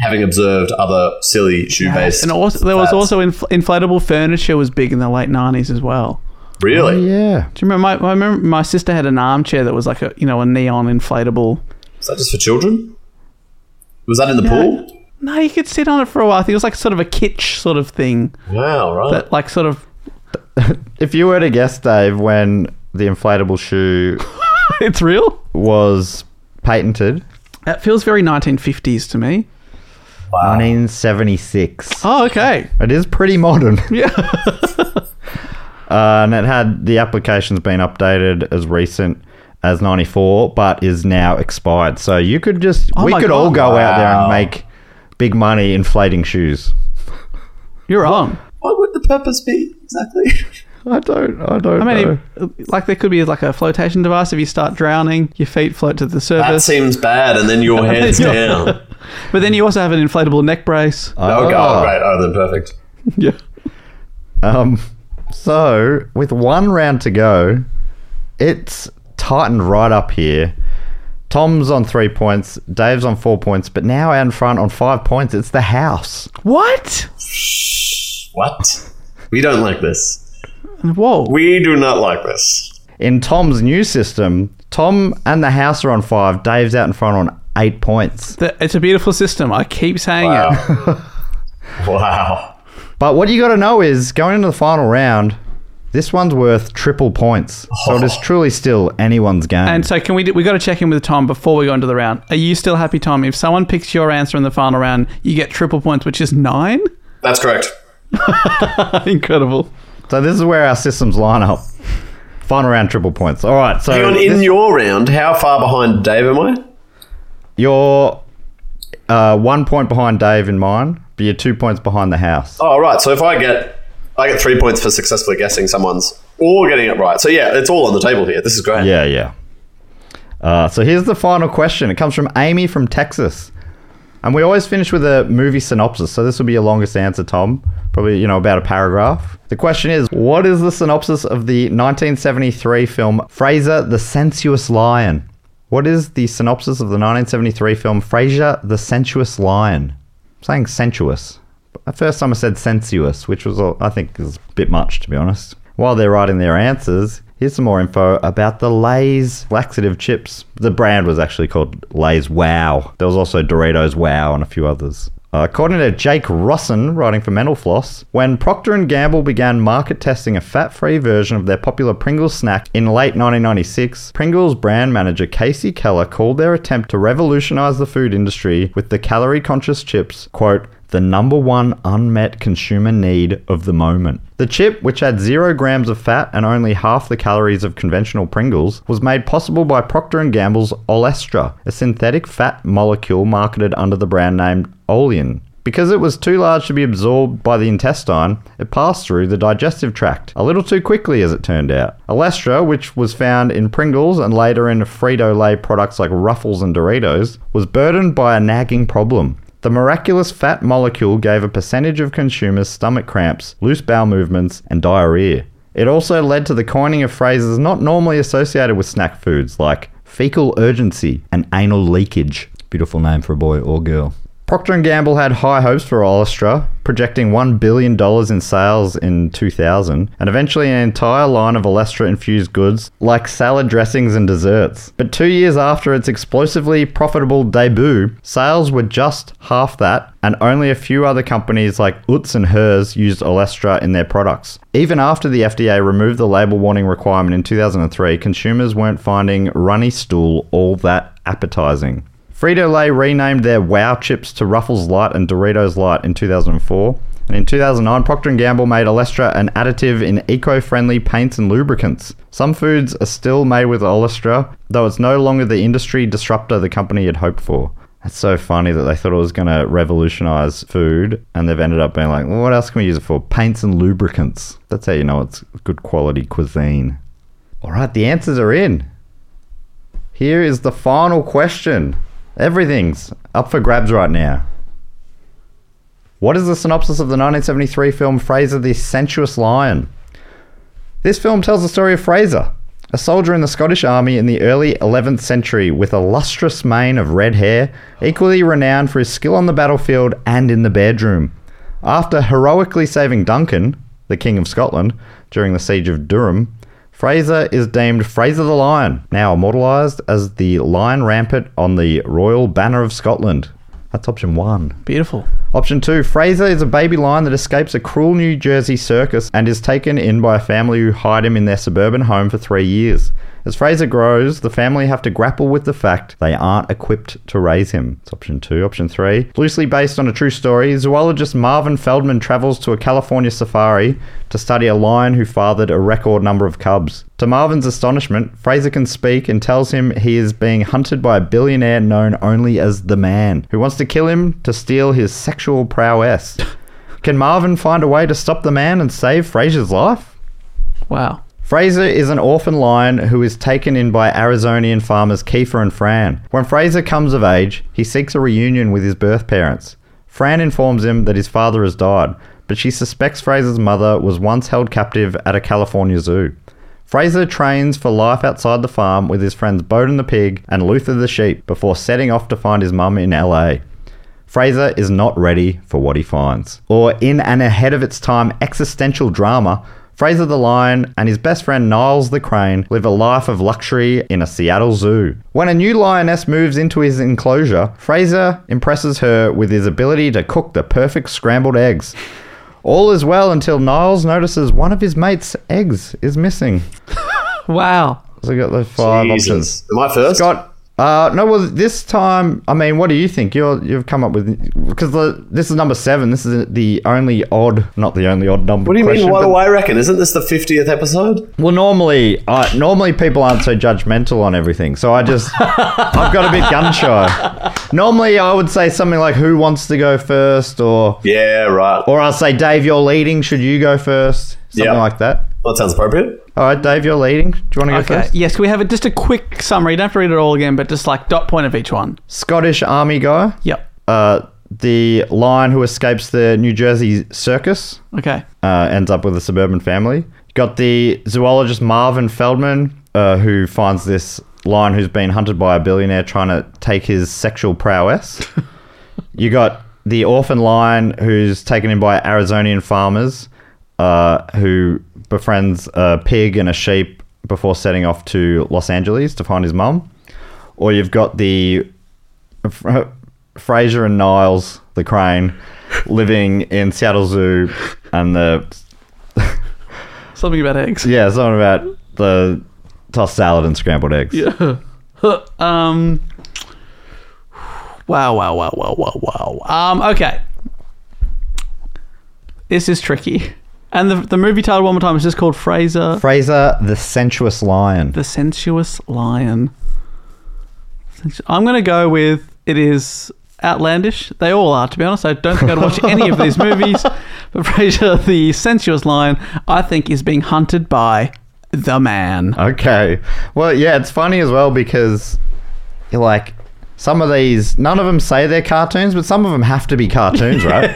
C: having observed other silly shoe based.
D: And also, there was also infl- inflatable furniture was big in the late 90s as well.
C: really?
A: Oh, yeah.
D: Do you remember my, my, I remember my sister had an armchair that was like a you know a neon inflatable?
C: Is that just for children? Was that in the pool?
D: No, you could sit on it for a while. I think it was like sort of a kitsch sort of thing
C: Wow, right.
D: that, like, sort of. [LAUGHS]
A: If you were to guess, Dave, when the inflatable shoe
D: it's real.
A: was patented,
D: That feels very 1950s to me.
C: Ah.
A: 1976.
D: Oh, okay.
A: It is pretty modern. [LAUGHS]
D: Yeah.
A: Uh, and it had the application's been updated as recent as 94, but is now expired. So you could just,
D: Oh
A: we
D: my
A: could
D: God.
A: all go out there and
C: Wow.
A: make big money inflating shoes.
D: You're wrong.
C: what would the purpose be exactly?
A: I don't, I don't
D: I
A: know.
D: mean, it- like there could be like a flotation device if you start drowning, your feet float to the
C: That
D: surface.
C: seems bad, and then your
A: [LAUGHS]
C: head's
D: Yeah.
C: down.
D: But then you also have an inflatable neck brace.
C: Oh,
A: Ah.
C: God, great. Oh, then perfect.
D: yeah.
A: Um, so with one round to go, it's tightened right up here. Tom's on three points, Dave's on four points, but now out in front on five points, it's the house.
D: What?
C: What? We don't like this.
D: Whoa.
C: We do not like this.
A: In Tom's new system, Tom and the house are on five, Dave's out in front on eight points.
D: The- it's a beautiful system. I keep saying it.
C: Wow. Oh.
A: [LAUGHS]
C: wow.
A: But what you got to know is going into the final round, this one's worth triple points. So it is
C: Oh.
A: truly still anyone's game.
D: And so, can we? Do, we got to check in with Tom before we go into the round. Are you still happy, Tom? If someone picks your answer in the final round, you get triple points, which
A: [LAUGHS]
D: is nine.
C: That's correct.
D: Incredible.
A: so this is where our systems line up. Final round triple points. All right, so
C: Hang on, in
A: this-
C: your round, how far behind Dave am I?
A: You're uh, one point behind Dave in mine, but you're two points behind the house.
C: Oh, right. So if I get, I get three points for successfully guessing someone's or getting it right. So yeah, it's all on the table here. This is great.
A: Yeah, yeah. Uh, so here's the final question. It comes from Amy from Texas. And we always finish with a movie synopsis. So this will be your longest answer, Tom. Probably, you know, about a paragraph. The question is What is the synopsis of the 1973 film Fraser the Sensuous Lion? What is the synopsis of the 1973 film Fraser the Sensuous Lion? I'm saying sensuous. At first time I said sensuous, which was, uh, I think, is a bit much, to be honest. While they're writing their answers, here's some more info about the Lay's laxative chips. The brand was actually called Lay's Wow. There was also Doritos Wow and a few others. Uh, according to Jake Rossen, writing for Mental Floss, when Procter & Gamble began market testing a fat-free version of their popular Pringles snack in late 1996, Pringles brand manager Casey Keller called their attempt to revolutionize the food industry with the calorie-conscious chips, quote, the number one unmet consumer need of the moment. The chip, which had zero grams of fat and only half the calories of conventional Pringles, was made possible by Procter & Gamble's Olestra, a synthetic fat molecule marketed under the brand name Olean. Because it was too large to be absorbed by the intestine, it passed through the digestive tract, a little too quickly as it turned out. Olestra, which was found in Pringles and later in Frito Lay products like Ruffles and Doritos, was burdened by a nagging problem. The miraculous fat molecule gave a percentage of consumers stomach cramps, loose bowel movements, and diarrhea. It also led to the coining of phrases not normally associated with snack foods like fecal urgency and anal leakage. Beautiful name for a boy or girl. Procter & Gamble had high hopes for Olestra, projecting $1 billion in sales in 2000, and eventually an entire line of Olestra-infused goods like salad dressings and desserts. But two years after its explosively profitable debut, sales were just half that, and only a few other companies like Utz and Hers used Olestra in their products. Even after the FDA removed the label warning requirement in 2003, consumers weren't finding runny stool all that appetizing. Frito Lay renamed their Wow chips to Ruffles Light and Doritos Light in 2004. And in 2009, Procter & Gamble made Olestra an additive in eco-friendly paints and lubricants. Some foods are still made with Olestra, though it's no longer the industry disruptor the company had hoped for. It's so funny that they thought it was going to revolutionize food, and they've ended up being like, well, what else can we use it for? Paints and lubricants. That's how you know it's good quality cuisine. All right, the answers are in. Here is the final question. Everything's up for grabs right now. What is the synopsis of the 1973 film Fraser the Sensuous Lion? This film tells the story of Fraser, a soldier in the Scottish Army in the early 11th century with a lustrous mane of red hair, equally renowned for his skill on the battlefield and in the bedroom. After heroically saving Duncan, the King of Scotland, during the Siege of Durham, Fraser is deemed Fraser the Lion, now immortalised as the lion rampant on the Royal Banner of Scotland. That's option one.
D: Beautiful.
A: Option two Fraser is a baby lion that escapes a cruel New Jersey circus and is taken in by a family who hide him in their suburban home for three years. As Fraser grows, the family have to grapple with the fact they aren't equipped to raise him. It's option two. Option three. Loosely based on a true story, zoologist Marvin Feldman travels to a California safari to study a lion who fathered a record number of cubs. To Marvin's astonishment, Fraser can speak and tells him he is being hunted by a billionaire known only as the man, who wants to kill him to steal his sexual prowess. Can Marvin find a way to stop the man and save Fraser's life?
D: Wow.
A: Fraser is an orphan lion who is taken in by Arizonian farmers Kiefer and Fran. When Fraser comes of age, he seeks a reunion with his birth parents. Fran informs him that his father has died, but she suspects Fraser's mother was once held captive at a California zoo. Fraser trains for life outside the farm with his friends Bowden the pig and Luther the sheep before setting off to find his mum in LA. Fraser is not ready for what he finds. Or in an ahead of its time existential drama, Fraser the lion and his best friend Niles the crane live a life of luxury in a Seattle zoo. When a new lioness moves into his enclosure, Fraser impresses her with his ability to cook the perfect scrambled eggs. All is well until Niles notices one of his mate's eggs is missing.
D: Wow.
A: So we got the five options.
C: Jesus. Am I first?
A: Scott, uh, no, well, this time, I mean, what do you think? You're, you've come up with because the, this is number seven. This is the only odd, not the only odd number.
C: what do you
A: question,
C: mean? What
A: but-
C: do I reckon? Isn't this the 50th episode?
A: Well, normally, I normally people aren't so judgmental on everything, so I
C: [LAUGHS]
A: just I've got a bit gun shy. Normally, I would say something like, "Who wants to go first? or
C: Yeah, right.
A: or I'll say, "Dave, you're leading. Should you go first? Something
C: Yeah.
A: like that.
C: That sounds appropriate.
A: All right, Dave, you're leading. Do you want to go
D: Okay.
A: first?
D: Yes, can we have a, just a quick summary? You don't have to read it all again, but just like dot point of each one.
A: Scottish army guy.
D: Yep.
A: Uh, the lion who escapes the New Jersey circus.
D: Okay.
A: uh, ends up with a suburban family. Got the zoologist Marvin Feldman, uh, who finds this lion who's been hunted by a billionaire trying to take his sexual prowess. you got the orphan lion who's taken in by Arizonian farmers, uh, who befriends a pig and a sheep before setting off to Los Angeles to find his mum. Or you've got the Fra- uh, Fraser and Niles, the crane, living in Seattle Zoo, and the
D: Something about eggs.
A: yeah, something about the tossed salad and scrambled eggs.
D: [LAUGHS] Um. Wow! Wow! Wow! Wow! Wow! Wow! Um. Okay. This is tricky, and the the movie title one more time is just called Fraser,
A: Fraser, the sensuous lion.
D: the sensuous lion. Sensu- I'm gonna go with it is outlandish. They all are, to be honest. I don't think
A: [LAUGHS]
D: I'd watch any of these movies, but Fraser, the sensuous lion, I think is being hunted by the man.
A: Okay. Well, yeah, it's funny as well because, like, some of these, none of them say they're cartoons, but some of them have to be cartoons, right?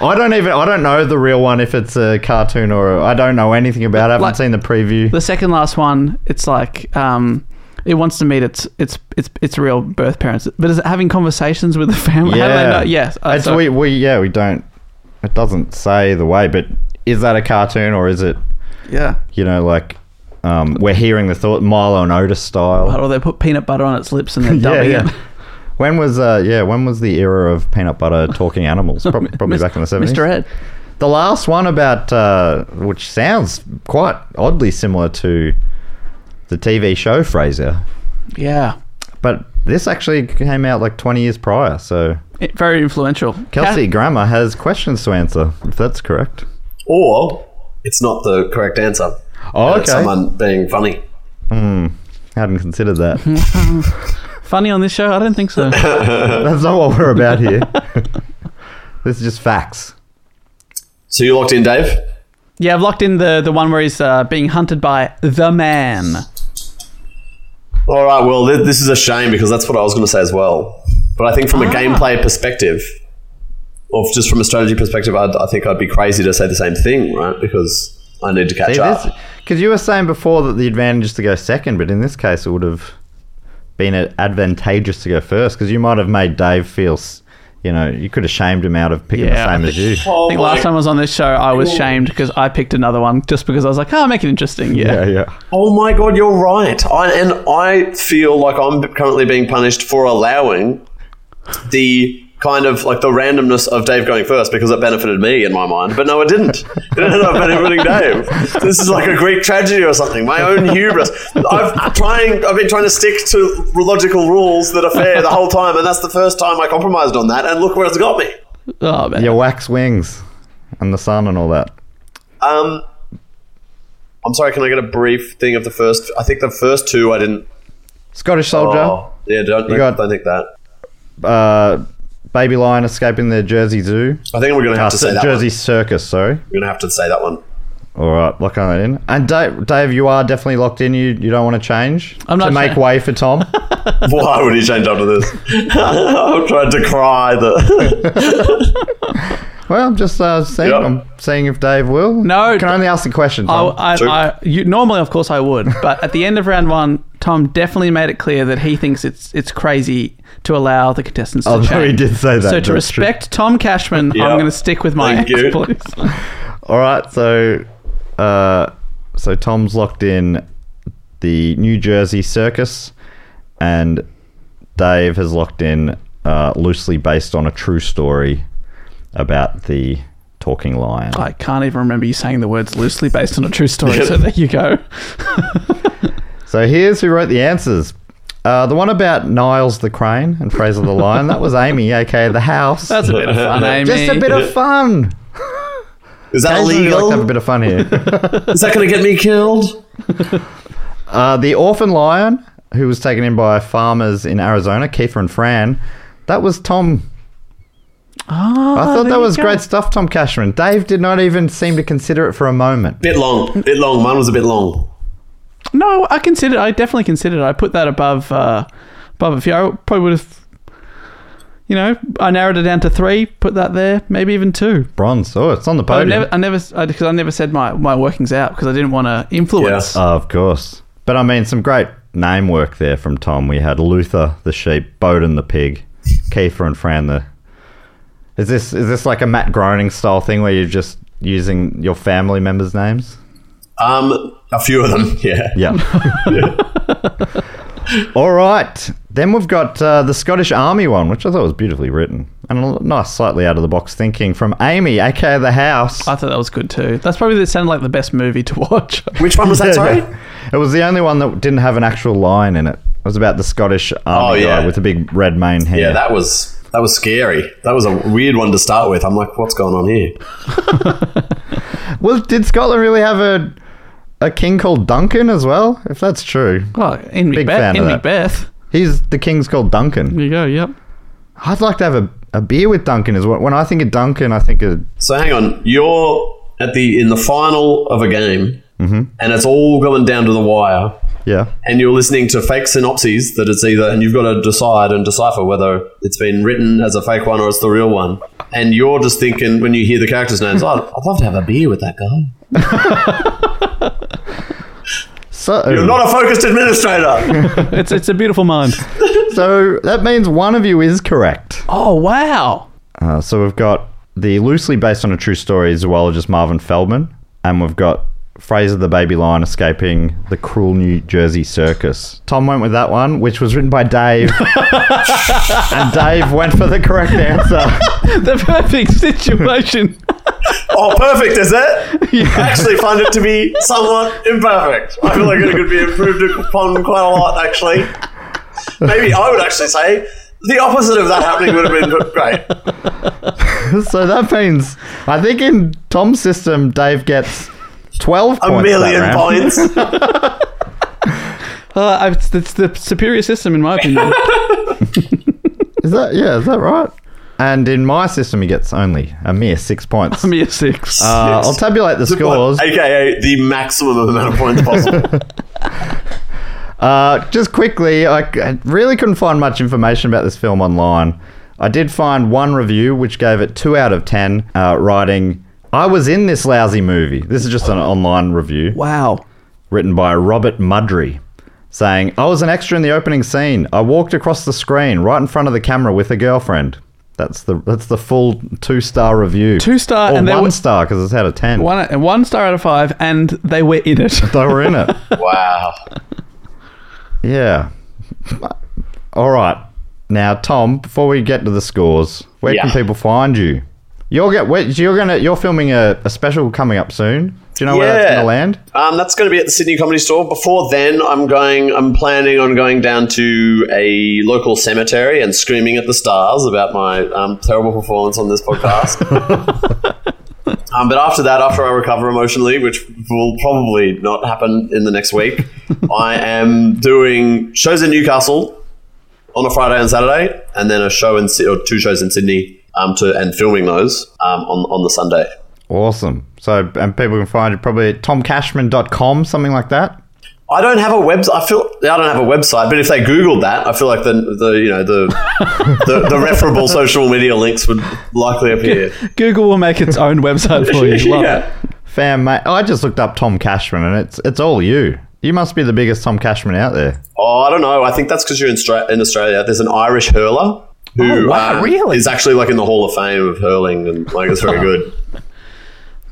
A: I don't even, I don't know the real one if it's a cartoon or I don't know anything about it. I haven't
D: Like-
A: seen the preview.
D: The second last one, it's like um, it wants to meet its its its its real birth parents, but is it having conversations with the family? How do they know? Yes. uh,
A: It's-
D: so-
A: we, we, yeah, we don't. It doesn't say the way, but is that a cartoon or is it,
D: yeah.
A: you know, like um, we're hearing the thought Milo and Otis style?
D: Or they put peanut butter on its lips and then
A: [LAUGHS] Yeah,
D: dubbing
A: yeah.
D: [LAUGHS] it.
A: When was uh yeah when was the era of peanut butter talking animals? Probably, probably back in the seventies.
D: Mr. Ed.
A: The last one about uh, which sounds quite oddly similar to the TV show Frasier,
D: Yeah.
A: but this actually came out like twenty years prior. So
D: It- very influential.
A: Kelsey
D: Ca-
A: Grammer has questions to answer. If that's correct.
C: Or it's not the correct answer.
A: Oh,
C: And
A: okay.
C: It's someone being funny.
A: Hadn't considered that.
D: funny on this show? I don't
A: [LAUGHS]
D: think so.
A: That's not what we're about
C: [LAUGHS]
A: here. this is just facts.
C: So you locked in, Dave?
D: yeah, I've locked in the, the one where he's uh, being hunted by the man.
C: All right. Well, th- this is a shame because that's what I was going to say as well. But I think
D: Ah.
C: from a gameplay perspective, or just from a strategy perspective, I'd, I think I'd be crazy to say the same thing, right? Because I need to catch up.
A: Because you were saying before that the advantage is to go second, but in this case, it would have been a- advantageous to go first because you might have made Dave feel, s- you know, you could have shamed him out of picking
D: Yeah,
A: the
D: I
A: same as you.
C: Oh
D: I think last time I was on this show, I was shamed because I picked another one just because I was like, oh, make it interesting. Yeah.
A: yeah.
C: Oh my god, you're right. I, and I feel like I'm currently being punished for allowing the kind of like the randomness of Dave going first because it benefited me in my mind. But no, it didn't. It ended up benefiting Dave. This is like a Greek tragedy or something. My own hubris. I've trying. I've been trying to stick to logical rules that are fair the whole time, and that's the first time I compromised on that. And look where it's got me.
D: Oh man.
A: Your wax wings and the sun and all that.
C: Um, I'm sorry. Can I get a brief thing of the first? I think the first two I didn't.
A: Scottish soldier,
C: Oh, yeah, don't
A: You got-
C: don't think that. Oh.
A: uh, baby lion escaping the Jersey Zoo.
C: I think we're gonna have
A: Uh,
C: to say that.
A: Jersey
C: One.
A: Circus, sorry.
C: We're gonna have to say that one.
A: All right, lock on that in. And Dave, Dave, you are definitely locked in. You you don't want to change
D: I'm not
A: to make
D: cha-
A: way for
D: [LAUGHS]
A: Tom.
C: Why would he change after this? [LAUGHS] I'm trying to cry. The
A: well, I'm just uh, seeing.
C: Yeah.
A: I'm seeing if Dave will.
D: No,
A: can only ask the question.
D: I,
A: Tom.
D: I, I, you, normally, of course, I would, [LAUGHS] but at the end of round one, Tom definitely made it clear that he thinks it's it's crazy to allow the contestants. to
A: Although he
D: change.
A: did say that,
D: So
A: that's
D: to
A: true.
D: respect Tom Cashman,
C: Yeah.
D: I'm going to stick with my
C: Thank you.
D: exploits.
A: All right, so uh, so Tom's locked in the New Jersey circus, and Dave has locked in uh, loosely based on a true story about the talking lion.
D: [LAUGHS] I can't even remember you saying the words loosely based on a true story. so there you go.
A: So here's who wrote the answers. Uh, the one about Niles the crane and Fraser the lion, that was Amy, [LAUGHS] aka the house.
D: That's a bit
A: [LAUGHS]
D: of fun, eh, Amy.
A: Just a bit of fun.
C: [LAUGHS] is that
A: Occasionally we like
C: legal?
A: to have a bit of fun here.
C: Is that going to get me killed?
A: Uh, the orphan lion, who was taken in by farmers in Arizona, Kiefer and Fran, that was Tom. I thought
D: Ah, there
A: that
D: you
A: was
D: go.
A: great stuff, Tom Cashman. Dave did not even seem to consider it for a moment.
C: Bit long. Bit long. Mine was a bit long.
D: No, I considered. I definitely considered. it. I put that above uh, above a few. I probably would have. You know, I narrowed it down to three. Put that there, maybe even two.
A: Bronze. Oh, it's on the
D: But I
A: podium.
D: never, I never, because I, never said my my workings out because I didn't want to influence.
A: Of course. But I mean, some great name work there from Tom. We had Luther the sheep, Bowden the pig, Kiefer and Fran the. Is this is this like a Matt Groening style thing where you're just using your family members' names?
C: Um, a few of them. [LAUGHS] Yeah.
A: Yeah. [LAUGHS] All right. Then we've got uh, the Scottish Army one, which I thought was beautifully written and a l- nice, slightly out of the box thinking from Amy, aka the House.
D: I thought that was good too. That's probably that sounded like the best movie to [LAUGHS] watch.
C: Which one
A: [LAUGHS]
C: was that? Sorry.
A: It was the only one that didn't have an actual line in it. It was about the Scottish army
C: Oh, yeah.
A: guy with the big red mane hair.
C: Yeah, that was that was scary. That was a weird one to start with. I'm like, what's going on here?
A: well, did Scotland really have a a king called Duncan as well? If that's true,
D: Oh, in
A: Big
D: Macbeth.
A: fan of
D: In
A: that.
D: Macbeth.
A: he's the king's called Duncan.
D: There you go. Yep.
A: I'd like to have a, a beer with Duncan as well. When I think of Duncan, I think of
C: So hang on, you're at the in the final of a game,
A: Mm-hmm.
C: and it's all going down to the wire,
A: yeah.
C: and you're listening to fake synopses that it's either, and you've got to decide and decipher whether it's been written as a fake one or it's the real one. And you're just thinking when you hear the characters' names, oh, I'd love to have a beer with that guy.
A: So
C: You're not a
A: [LAUGHS]
C: focused administrator.
D: It's it's a beautiful mind.
A: so that means one of you is correct.
D: Oh wow. [LAUGHS]
A: Uh, so we've got the loosely based on a true story zoologist Marvin Feldman, and we've got Fraser the baby lion escaping the cruel New Jersey circus. Tom went with that one, which was written by Dave, and Dave went for the correct answer. [LAUGHS]
D: The perfect situation. [LAUGHS]
C: oh, perfect, is it? I actually find it to be somewhat imperfect. I feel like it could be improved upon quite a lot, actually. Maybe I would actually say the opposite of that happening would have been great.
A: so that means I think in Tom's system, Dave gets twelve
C: A
A: points that
C: million
A: round.
C: points.
D: Uh, I- it's, it's the superior system in my opinion.
A: [LAUGHS] Is that yeah? Is that right? And in my system, he gets only a mere six points.
D: Give me a six.
A: Uh, I'll tabulate the scores.
C: AKA the maximum amount of points possible.
A: Uh, just quickly, I, c- I really couldn't find much information about this film online. I did find one review which gave it two out of ten, uh, writing, "I was in this lousy movie." This is just an online review
D: wow.
A: written by Robert Mudry, saying, "I was an extra in the opening scene. I walked across the screen right in front of the camera with a girlfriend." That's the that's the full two star review.
D: Two star
A: or
D: and there
A: one
D: wa-
A: star because it's out of ten.
D: One one star out of five, and they were
C: [LAUGHS]
D: in it.
A: They were
D: [LAUGHS]
A: in it.
C: wow.
A: Yeah. All right. Now, Tom, before we get to the scores, where
C: Yeah.
A: can people find you? You'll get. wait, You're gonna. You're filming a, a special coming up soon. Do you know where that's
C: Yeah.
A: gonna land?
C: Um, that's going to be at the Sydney Comedy Store. Before then, I'm going. I'm planning on going down to a local cemetery and screaming at the stars about my um, terrible performance on this podcast. um, but after that, after I recover emotionally, which will probably not happen in the next week, I am doing shows in Newcastle on a Friday and Saturday, and then a show in Sy- or two shows in Sydney. Um, to and filming those um, on on the Sunday.
A: Awesome. So, and people can find you probably at tomcashman.com, something like that.
C: I don't have a website. I feel I don't have a website, but if they Googled that, I feel like the the you know
D: [LAUGHS]
C: the the, the referable social media links would likely appear.
D: [LAUGHS] Google will make its own website for you. Love
C: [LAUGHS]
D: it.
C: yeah.
A: Fam, mate, I just looked up Tom Cashman, and it's it's all you. You must be the biggest Tom Cashman out there.
C: Oh, I don't know. I think that's because you're in, Stra- in Australia. There's an Irish hurler who
D: Oh, wow,
C: uh,
D: really?
C: is actually like in the Hall of Fame of hurling, and like it's very good.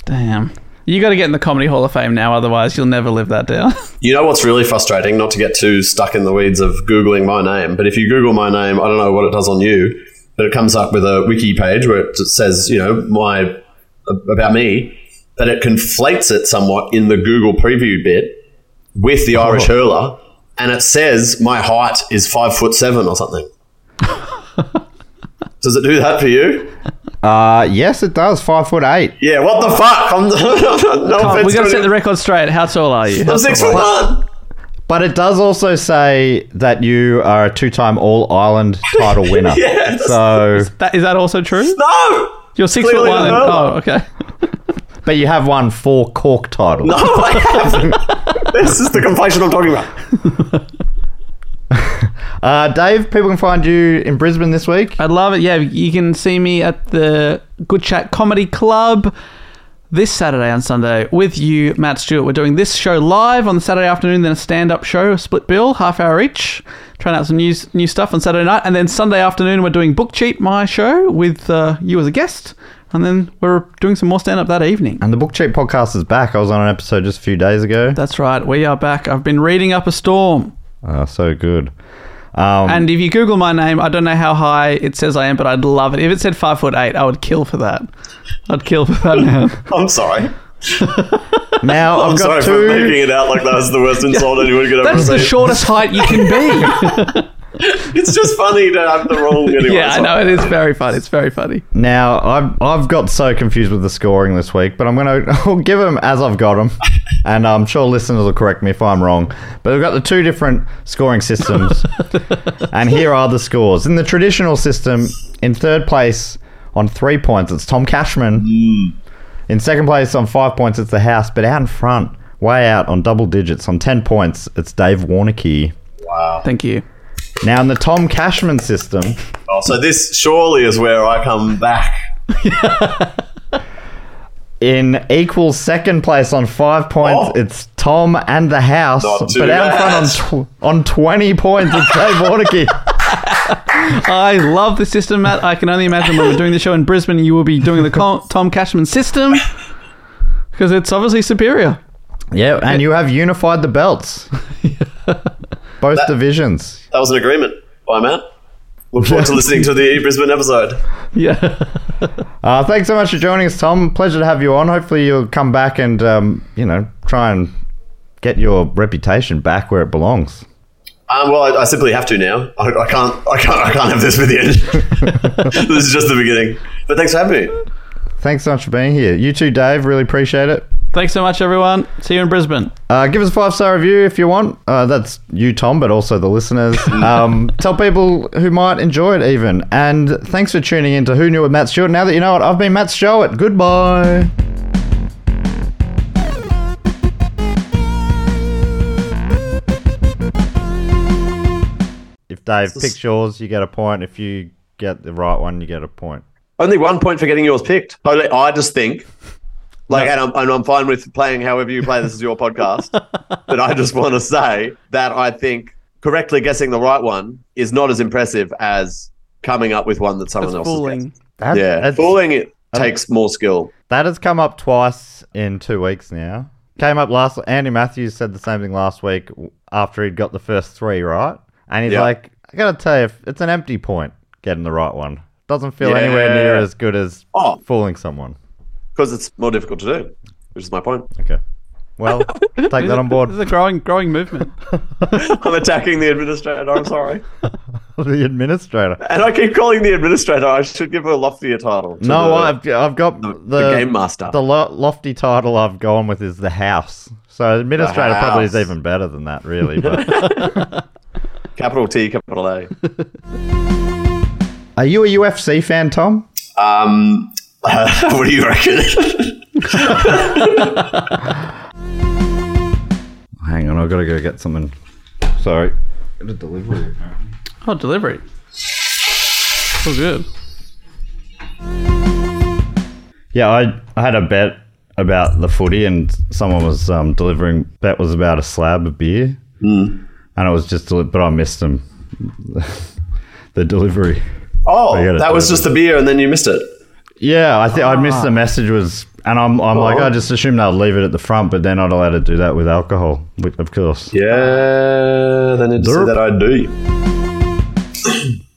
D: Damn. You got to get in the Comedy Hall of Fame now, otherwise you'll never live
C: [LAUGHS]
D: that down.
C: You know what's really frustrating? Not to get too stuck in the weeds of googling my name, but if you Google my name, I don't know what it does on you, but it comes up with a wiki page where it just says, you know, my about me, but it conflates it somewhat in the Google preview bit with the Irish
D: Oh.
C: hurler, and it says my height is five foot seven or
D: [LAUGHS]
C: something. does it do that for you?
A: Uh, yes, it does. Five foot eight.
C: Yeah. What the fuck? I'm, [LAUGHS] no offense
D: Oh, we got to
C: to
D: set
C: any-
D: the record straight. How tall are you?
C: I'm six foot one.
A: But it does also say that you are a two-time All Ireland
C: [LAUGHS]
A: title winner.
C: Yes.
A: So,
D: That, is that also true?
C: No.
D: You're six foot
C: Clearly
D: one. And,
C: not.
D: oh, okay.
A: but you have won four Cork titles.
C: No, I haven't. this is the conflation I'm talking about.
A: [LAUGHS] Uh, Dave, people can find you in Brisbane this week.
D: I'd love it. Yeah, you can see me at the Good Chat Comedy Club this Saturday and Sunday with you, Matt Stewart. We're doing this show live on the Saturday afternoon, then a stand-up show, a split bill, half hour each, trying out some new new stuff on Saturday night, and then Sunday afternoon we're doing Book Cheat, my show with uh, you as a guest, and then we're doing some more stand-up that evening.
A: And the Book Cheap podcast is back. I was on an episode just a few days ago.
D: That's right. We are back. I've been reading up a storm.
A: Oh, so good. Um,
D: And if you Google my name, I don't know how high it says I am, but I'd love it. If it said five foot eight, I would kill for that. I'd kill for that now.
C: I'm sorry.
A: now
C: [LAUGHS] I'm
A: I've
C: sorry
A: got two.
C: for making it out like that was the worst insult anyone could ever
D: That's
C: say.
D: the shortest height you can be.
C: it's just funny to have the wrong anyway.
D: [LAUGHS] yeah, I
C: so-
D: know. It is very funny. It's very funny.
A: Now I've I've got so confused with the scoring this week, but I'm gonna [LAUGHS] I'll give them as I've got them, and um, I'm sure listeners will correct me if I'm wrong. But we've got the two different scoring systems, and here are the scores. In the traditional system, in third place on three points, it's Tom Cashman. In second place on five points, it's the House. But out in front, way out on double digits on ten points, it's Dave Warnicky.
D: Thank you.
A: Now in the Tom Cashman system,
C: Oh, so this surely is where I come back.
A: In equal second place on five points,
C: Oh.
A: it's Tom and the House.
C: Not too
A: But out
C: bad.
A: front on, tw- on 20 points, it's
C: [LAUGHS]
A: Dave Warnicky.
D: I love the system, Matt. I can only imagine when we're doing the show in Brisbane, you will be doing the Col- Tom Cashman system because it's obviously superior.
A: yeah, and you have unified the belts.
C: [LAUGHS]
A: Both divisions.
C: That was an agreement. Bye, Matt. Look forward to listening to the E Brisbane episode.
D: Yeah. [LAUGHS]
A: Uh, thanks so much for joining us, Tom. Pleasure to have you on. Hopefully, you'll come back and, um, you know, try and get your reputation back where it belongs.
C: Um, well, I, I simply have to now. I, I can't. I can't. I can't have this with the end. [LAUGHS] this is just the beginning. But thanks for having me.
A: Thanks so much for being here. You too, Dave. Really appreciate it.
D: Thanks so much, everyone. See you in Brisbane.
A: Uh, give us a five star review if you want. Uh, that's you, Tom, but also the listeners. Um, tell people who might enjoy it, even. And thanks for tuning in to Who Knew with Matt Stewart. Now that you know it, I've been Matt Stewart. Goodbye. If Dave picks yours, you get a point. If you get the right one, you get a point.
C: Only one point for getting yours picked. Totally, I just think, like, and, I'm, and I'm fine with playing however you play. This is your [LAUGHS] podcast. but I just want to say that I think correctly guessing the right one is not as impressive as coming up with one that someone
D: That's
C: else has
D: fooling.
C: guessed.
A: That's,
C: Yeah,
A: that's-
C: fooling it takes more skill.
A: That has come up twice in two weeks now. Came up last. Andy Matthews said the same thing last week after he'd got the first three right, and he's
C: Yeah.
A: like, I gotta tell you, it's an empty point getting the right one. Doesn't feel anywhere
C: Yeah.
A: near as good as
C: Oh.
A: fooling someone.
C: because it's more difficult to do, which is my point. [LAUGHS]
A: Okay. Well, take that on board.
D: This is a growing, growing movement.
C: I'm attacking the administrator. I'm sorry,
A: the administrator.
C: and I keep calling the administrator. I should give her a loftier title. to
A: No,
C: the-
A: I've I've got the,
C: the game master.
A: The lo- lofty title I've gone with is the house. So administrator
C: The
A: probably is
C: house.
A: even better than that, really.
C: [LAUGHS]
A: But
C: capital T,
A: [LAUGHS]
C: capital A.
A: are you a UFC fan, Tom?
C: Um, [LAUGHS] what do you
A: [LAUGHS]
C: reckon?
A: Hang on, I've got to go get something. Sorry. Got a delivery.
D: Oh, delivery. So good.
A: Yeah, I, I had a bet about the footy, and someone was um, delivering. Bet was about a slab of beer, and it was just, deli- but I missed them. [LAUGHS] the delivery.
C: oh,
A: I gotta
C: that was
A: do it.
C: just the beer, and then you missed it.
A: Yeah, I think I missed the message was, and I'm I'm like
C: Oh.
A: I just assumed they'll leave it at the front, but they're not allowed to do that with alcohol, which, of course.
C: Yeah, then it's
A: Derp.
C: that I do. [COUGHS]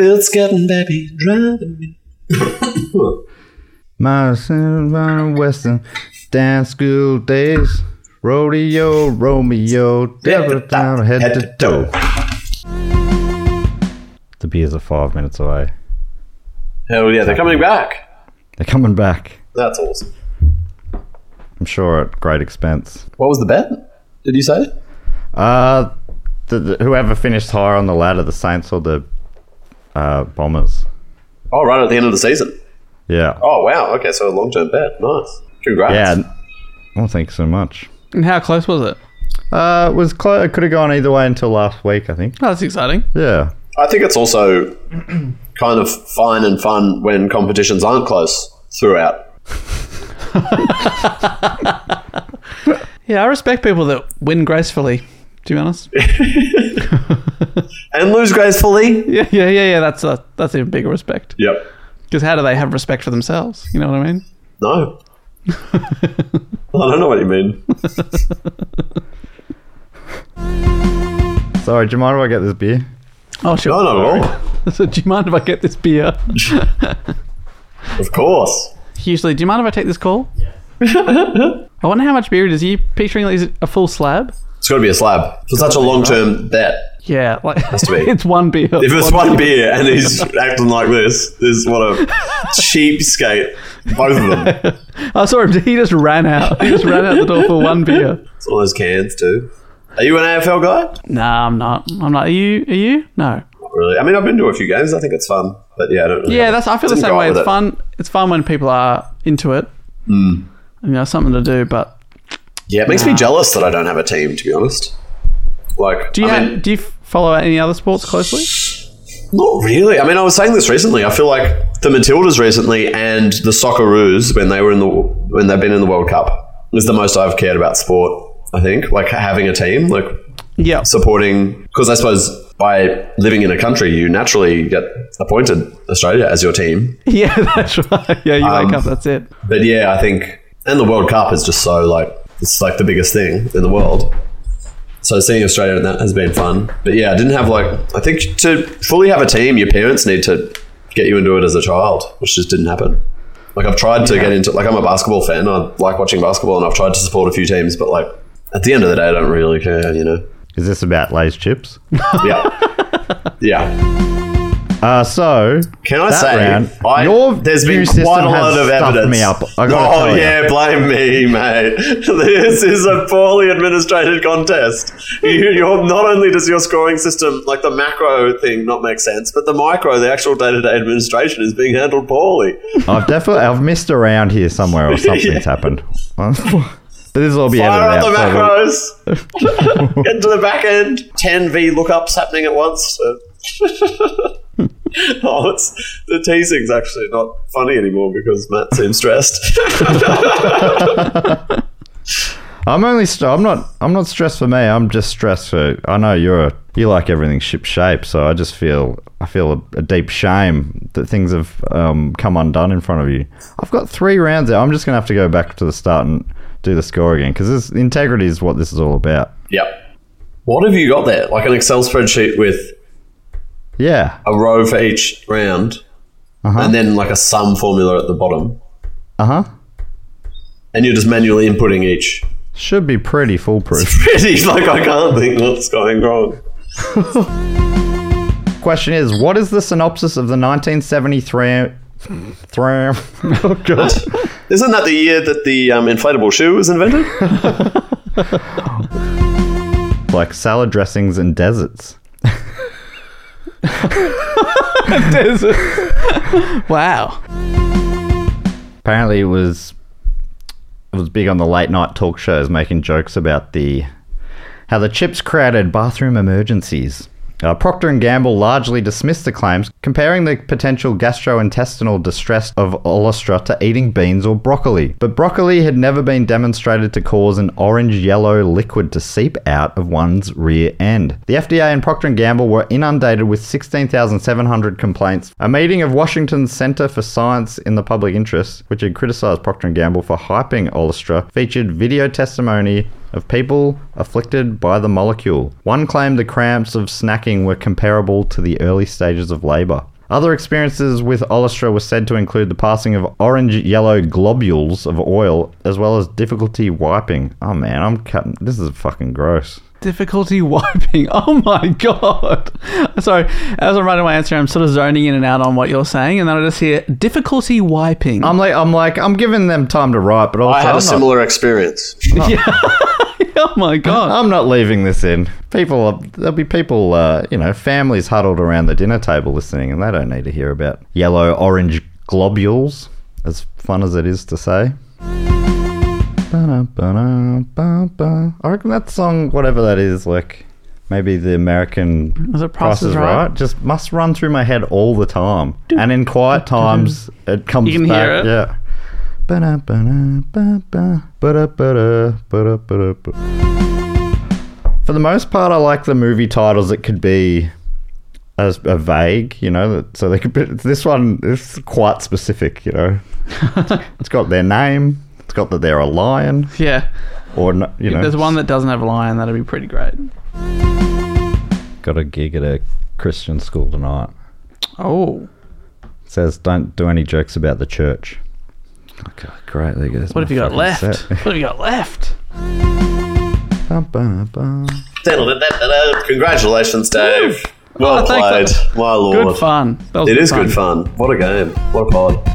C: It's getting baby driving me.
A: Madison Vine Western dance school days. Rodeo, Romeo, devil time, head to toe. The beers are five minutes away.
C: Hell yeah, they're coming back.
A: They're coming back.
C: That's awesome.
A: I'm sure at great expense.
C: What was the bet? Did you say?
A: Uh, the, the, whoever finished higher on the ladder, the Saints or the uh, Bombers.
C: Oh, right at the end of the season.
A: Yeah.
C: Oh wow. Okay, so a long term bet. Nice. Congrats.
A: Yeah. Well, thanks so much.
D: And how close was it?
A: Uh, it was close. It could have gone either way until last week, I think.
D: Oh, that's exciting.
A: Yeah.
C: I think it's also [CLEARS THROAT] kind of fine and fun when competitions aren't close throughout.
D: Yeah, I respect people that win gracefully. To be [LAUGHS] honest.
C: And lose gracefully.
D: Yeah, yeah, yeah, yeah. That's a, that's even bigger respect.
C: Yep.
D: Because how do they have respect for themselves? You know what I mean?
C: No. [LAUGHS] I don't know what you mean.
A: Sorry, do you mind if I get this beer?
D: Oh, sure.
C: No, not at all.
D: [LAUGHS] So, do you mind if I get
C: [LAUGHS]
D: this beer?
C: Of course.
D: Usually, do you mind if I take this call? Yeah. [LAUGHS] I wonder how much beer it is. Are you picturing is it a full slab?
C: It's got to be a slab. For such a long term bet.
D: Yeah, like
C: to be.
D: [LAUGHS] it's one beer.
C: If it's one beer and he's [LAUGHS] acting like this, this is what a cheapskate. Both of them. It's
D: I saw him. Oh, [LAUGHS] He just ran out. He just ran out the door for
C: [LAUGHS]
D: one beer.
C: all those cans too. Are you an AFL guy?
D: Nah, I'm not. I'm not. Are you? Are you? No.
C: Not really. I mean, I've been to a few games. I think it's fun, but yeah, I don't. Really
D: Yeah, that's. I feel the
C: Didn't
D: same
C: go
D: way.
C: with
D: It's
C: it. Mm.
D: fun. It's fun when people are into it. You know, something to do. But
C: Yeah, it makes me jealous that I don't have a team. To be honest, like,
D: do you
C: I
D: have,
C: mean,
D: do you f- follow any other sports closely?
C: Not really. I mean, I was saying this recently. I feel like the Matildas recently and the Socceroos when they were in the when they've been in the World Cup is the most I've cared about sport. I think like having a team, like
D: Yeah.
C: supporting because I suppose by living in a country, you naturally get appointed Australia as your team.
D: [LAUGHS] Yeah, that's right. Yeah, you
C: Um,
D: wake up.
C: [LAUGHS]
D: That's it.
C: But yeah, I think and the World Cup is just so like it's like the biggest thing in the world. So seeing Australia in that has been fun. But yeah, I didn't have like I think to fully have a team, your parents need to get you into it as a child, which just didn't happen. Like I've tried to get into like I'm a basketball fan. I like watching basketball, and I've tried to support a few teams, but like at the end of the day, I don't really care, you know.
A: Is this about Lay's chips?
C: Yeah, [LAUGHS] yeah.
A: Uh, so
C: Can I
A: that
C: say
A: round,
C: I,
A: your
C: there's
A: view
C: been
A: system
C: quite a
A: has
C: lot of
A: stuffed
C: evidence.
A: me up. I gotta
C: oh
A: tell ya.
C: yeah, blame me, mate. [LAUGHS] This is a poorly administrated contest. You, you're not only does your scoring system, like the macro thing, not make sense, but the micro, the actual day-to-day administration, is being handled poorly.
A: I've definitely I've missed around here
C: [LAUGHS]
A: somewhere or something's happened. but [LAUGHS] this will all be
C: Fire
A: edited
C: up
A: out.
C: the
A: so we'll- [LAUGHS]
C: macros. Get to the back end. Ten V lookups happening at once. [LAUGHS] oh, it's the teasing's actually not funny anymore because Matt seems stressed. [LAUGHS]
A: I'm only st- I'm not I'm not stressed for me. I'm just stressed for I know you're a, you like everything ship shape, so I just feel I feel a, a deep shame that things have um, come undone in front of you. I've got three rounds out. I'm just gonna have to go back to the start and do the score again because integrity is what this is all about.
C: yep. What have you got there? Like an Excel spreadsheet with
A: Yeah.
C: a row for each round,
D: Uh-huh.
C: and then like a sum formula at the bottom,
A: Uh huh.
C: and you're just manually inputting each. [LAUGHS]
A: Should be pretty foolproof.
C: Pretty like I can't think what's going wrong.
A: Question is, what is the synopsis of the 1973? Thram. [LAUGHS] Oh god.
C: Isn't that the year that the um, inflatable shoe was
D: [LAUGHS]
C: invented?
A: like salad dressings and deserts.
D: [LAUGHS] Wow.
A: Apparently, it was it was big on the late night talk shows, making jokes about the how the chips created bathroom emergencies. Uh, Procter and Gamble largely dismissed the claims, comparing the potential gastrointestinal distress of Olestra to eating beans or broccoli. But broccoli had never been demonstrated to cause an orange-yellow liquid to seep out of one's rear end. The FDA and Procter and Gamble were inundated with 16,700 complaints. A meeting of Washington's Center for Science in the Public Interest, which had criticized Procter and Gamble for hyping Olestra, featured video testimony of people afflicted by the molecule. One claimed the cramps of snacking were comparable to the early stages of labor. Other experiences with Olestra were said to include the passing of orange yellow globules of oil, as well as difficulty wiping. Oh man, I'm cutting. This is fucking gross.
D: Difficulty wiping. [LAUGHS] Oh my god. Sorry, as I'm writing my answer, I'm sort of zoning in and out on what you're saying, and then I just hear difficulty wiping.
C: Um,
A: I'm like, I'm like, I'm giving them time to write, but also
C: I had
A: I'm
C: a
A: not-
C: similar experience.
D: [LAUGHS]
C: [LAUGHS]
D: oh my god.
A: I'm not leaving this in. People, are, there'll be people, uh, you know, families huddled around the dinner table listening, and they don't need to hear about yellow orange globules, as fun as it is to say. Ba-da-ba-da-ba-ba. I reckon that song, whatever that is, like maybe the American
D: Was it Price is Right?
A: just must run through my head all the time. and in quiet times, it comes
D: You can
A: back.
D: hear it.
A: Yeah. Ba-da-ba-da-ba-ba. Ba-da-ba-da, ba-da-ba-da-ba. For the most part, I like the movie titles that could be as a vague, you know. that- So they could. Be, this one is quite specific, you
D: [LAUGHS]
A: know. it's got their name. It's got that they're a lion,
D: yeah.
A: or n- you know,
D: There's one that doesn't have a lion, that'd be pretty great.
A: got a gig at a Christian school tonight.
D: Oh.
A: It says, "Don't do any jokes about the church." Oh, God, great. There goes.
D: What have
A: my
D: you got
A: fucking
D: left?
A: set. [LAUGHS]
D: What have you got left?
A: Bum, bum, bum.
C: Congratulations, Dave. Well
D: Oh,
C: played,
D: thanks.
C: my lord.
D: Good fun. That was
C: It is good fun. What a game. What a pod.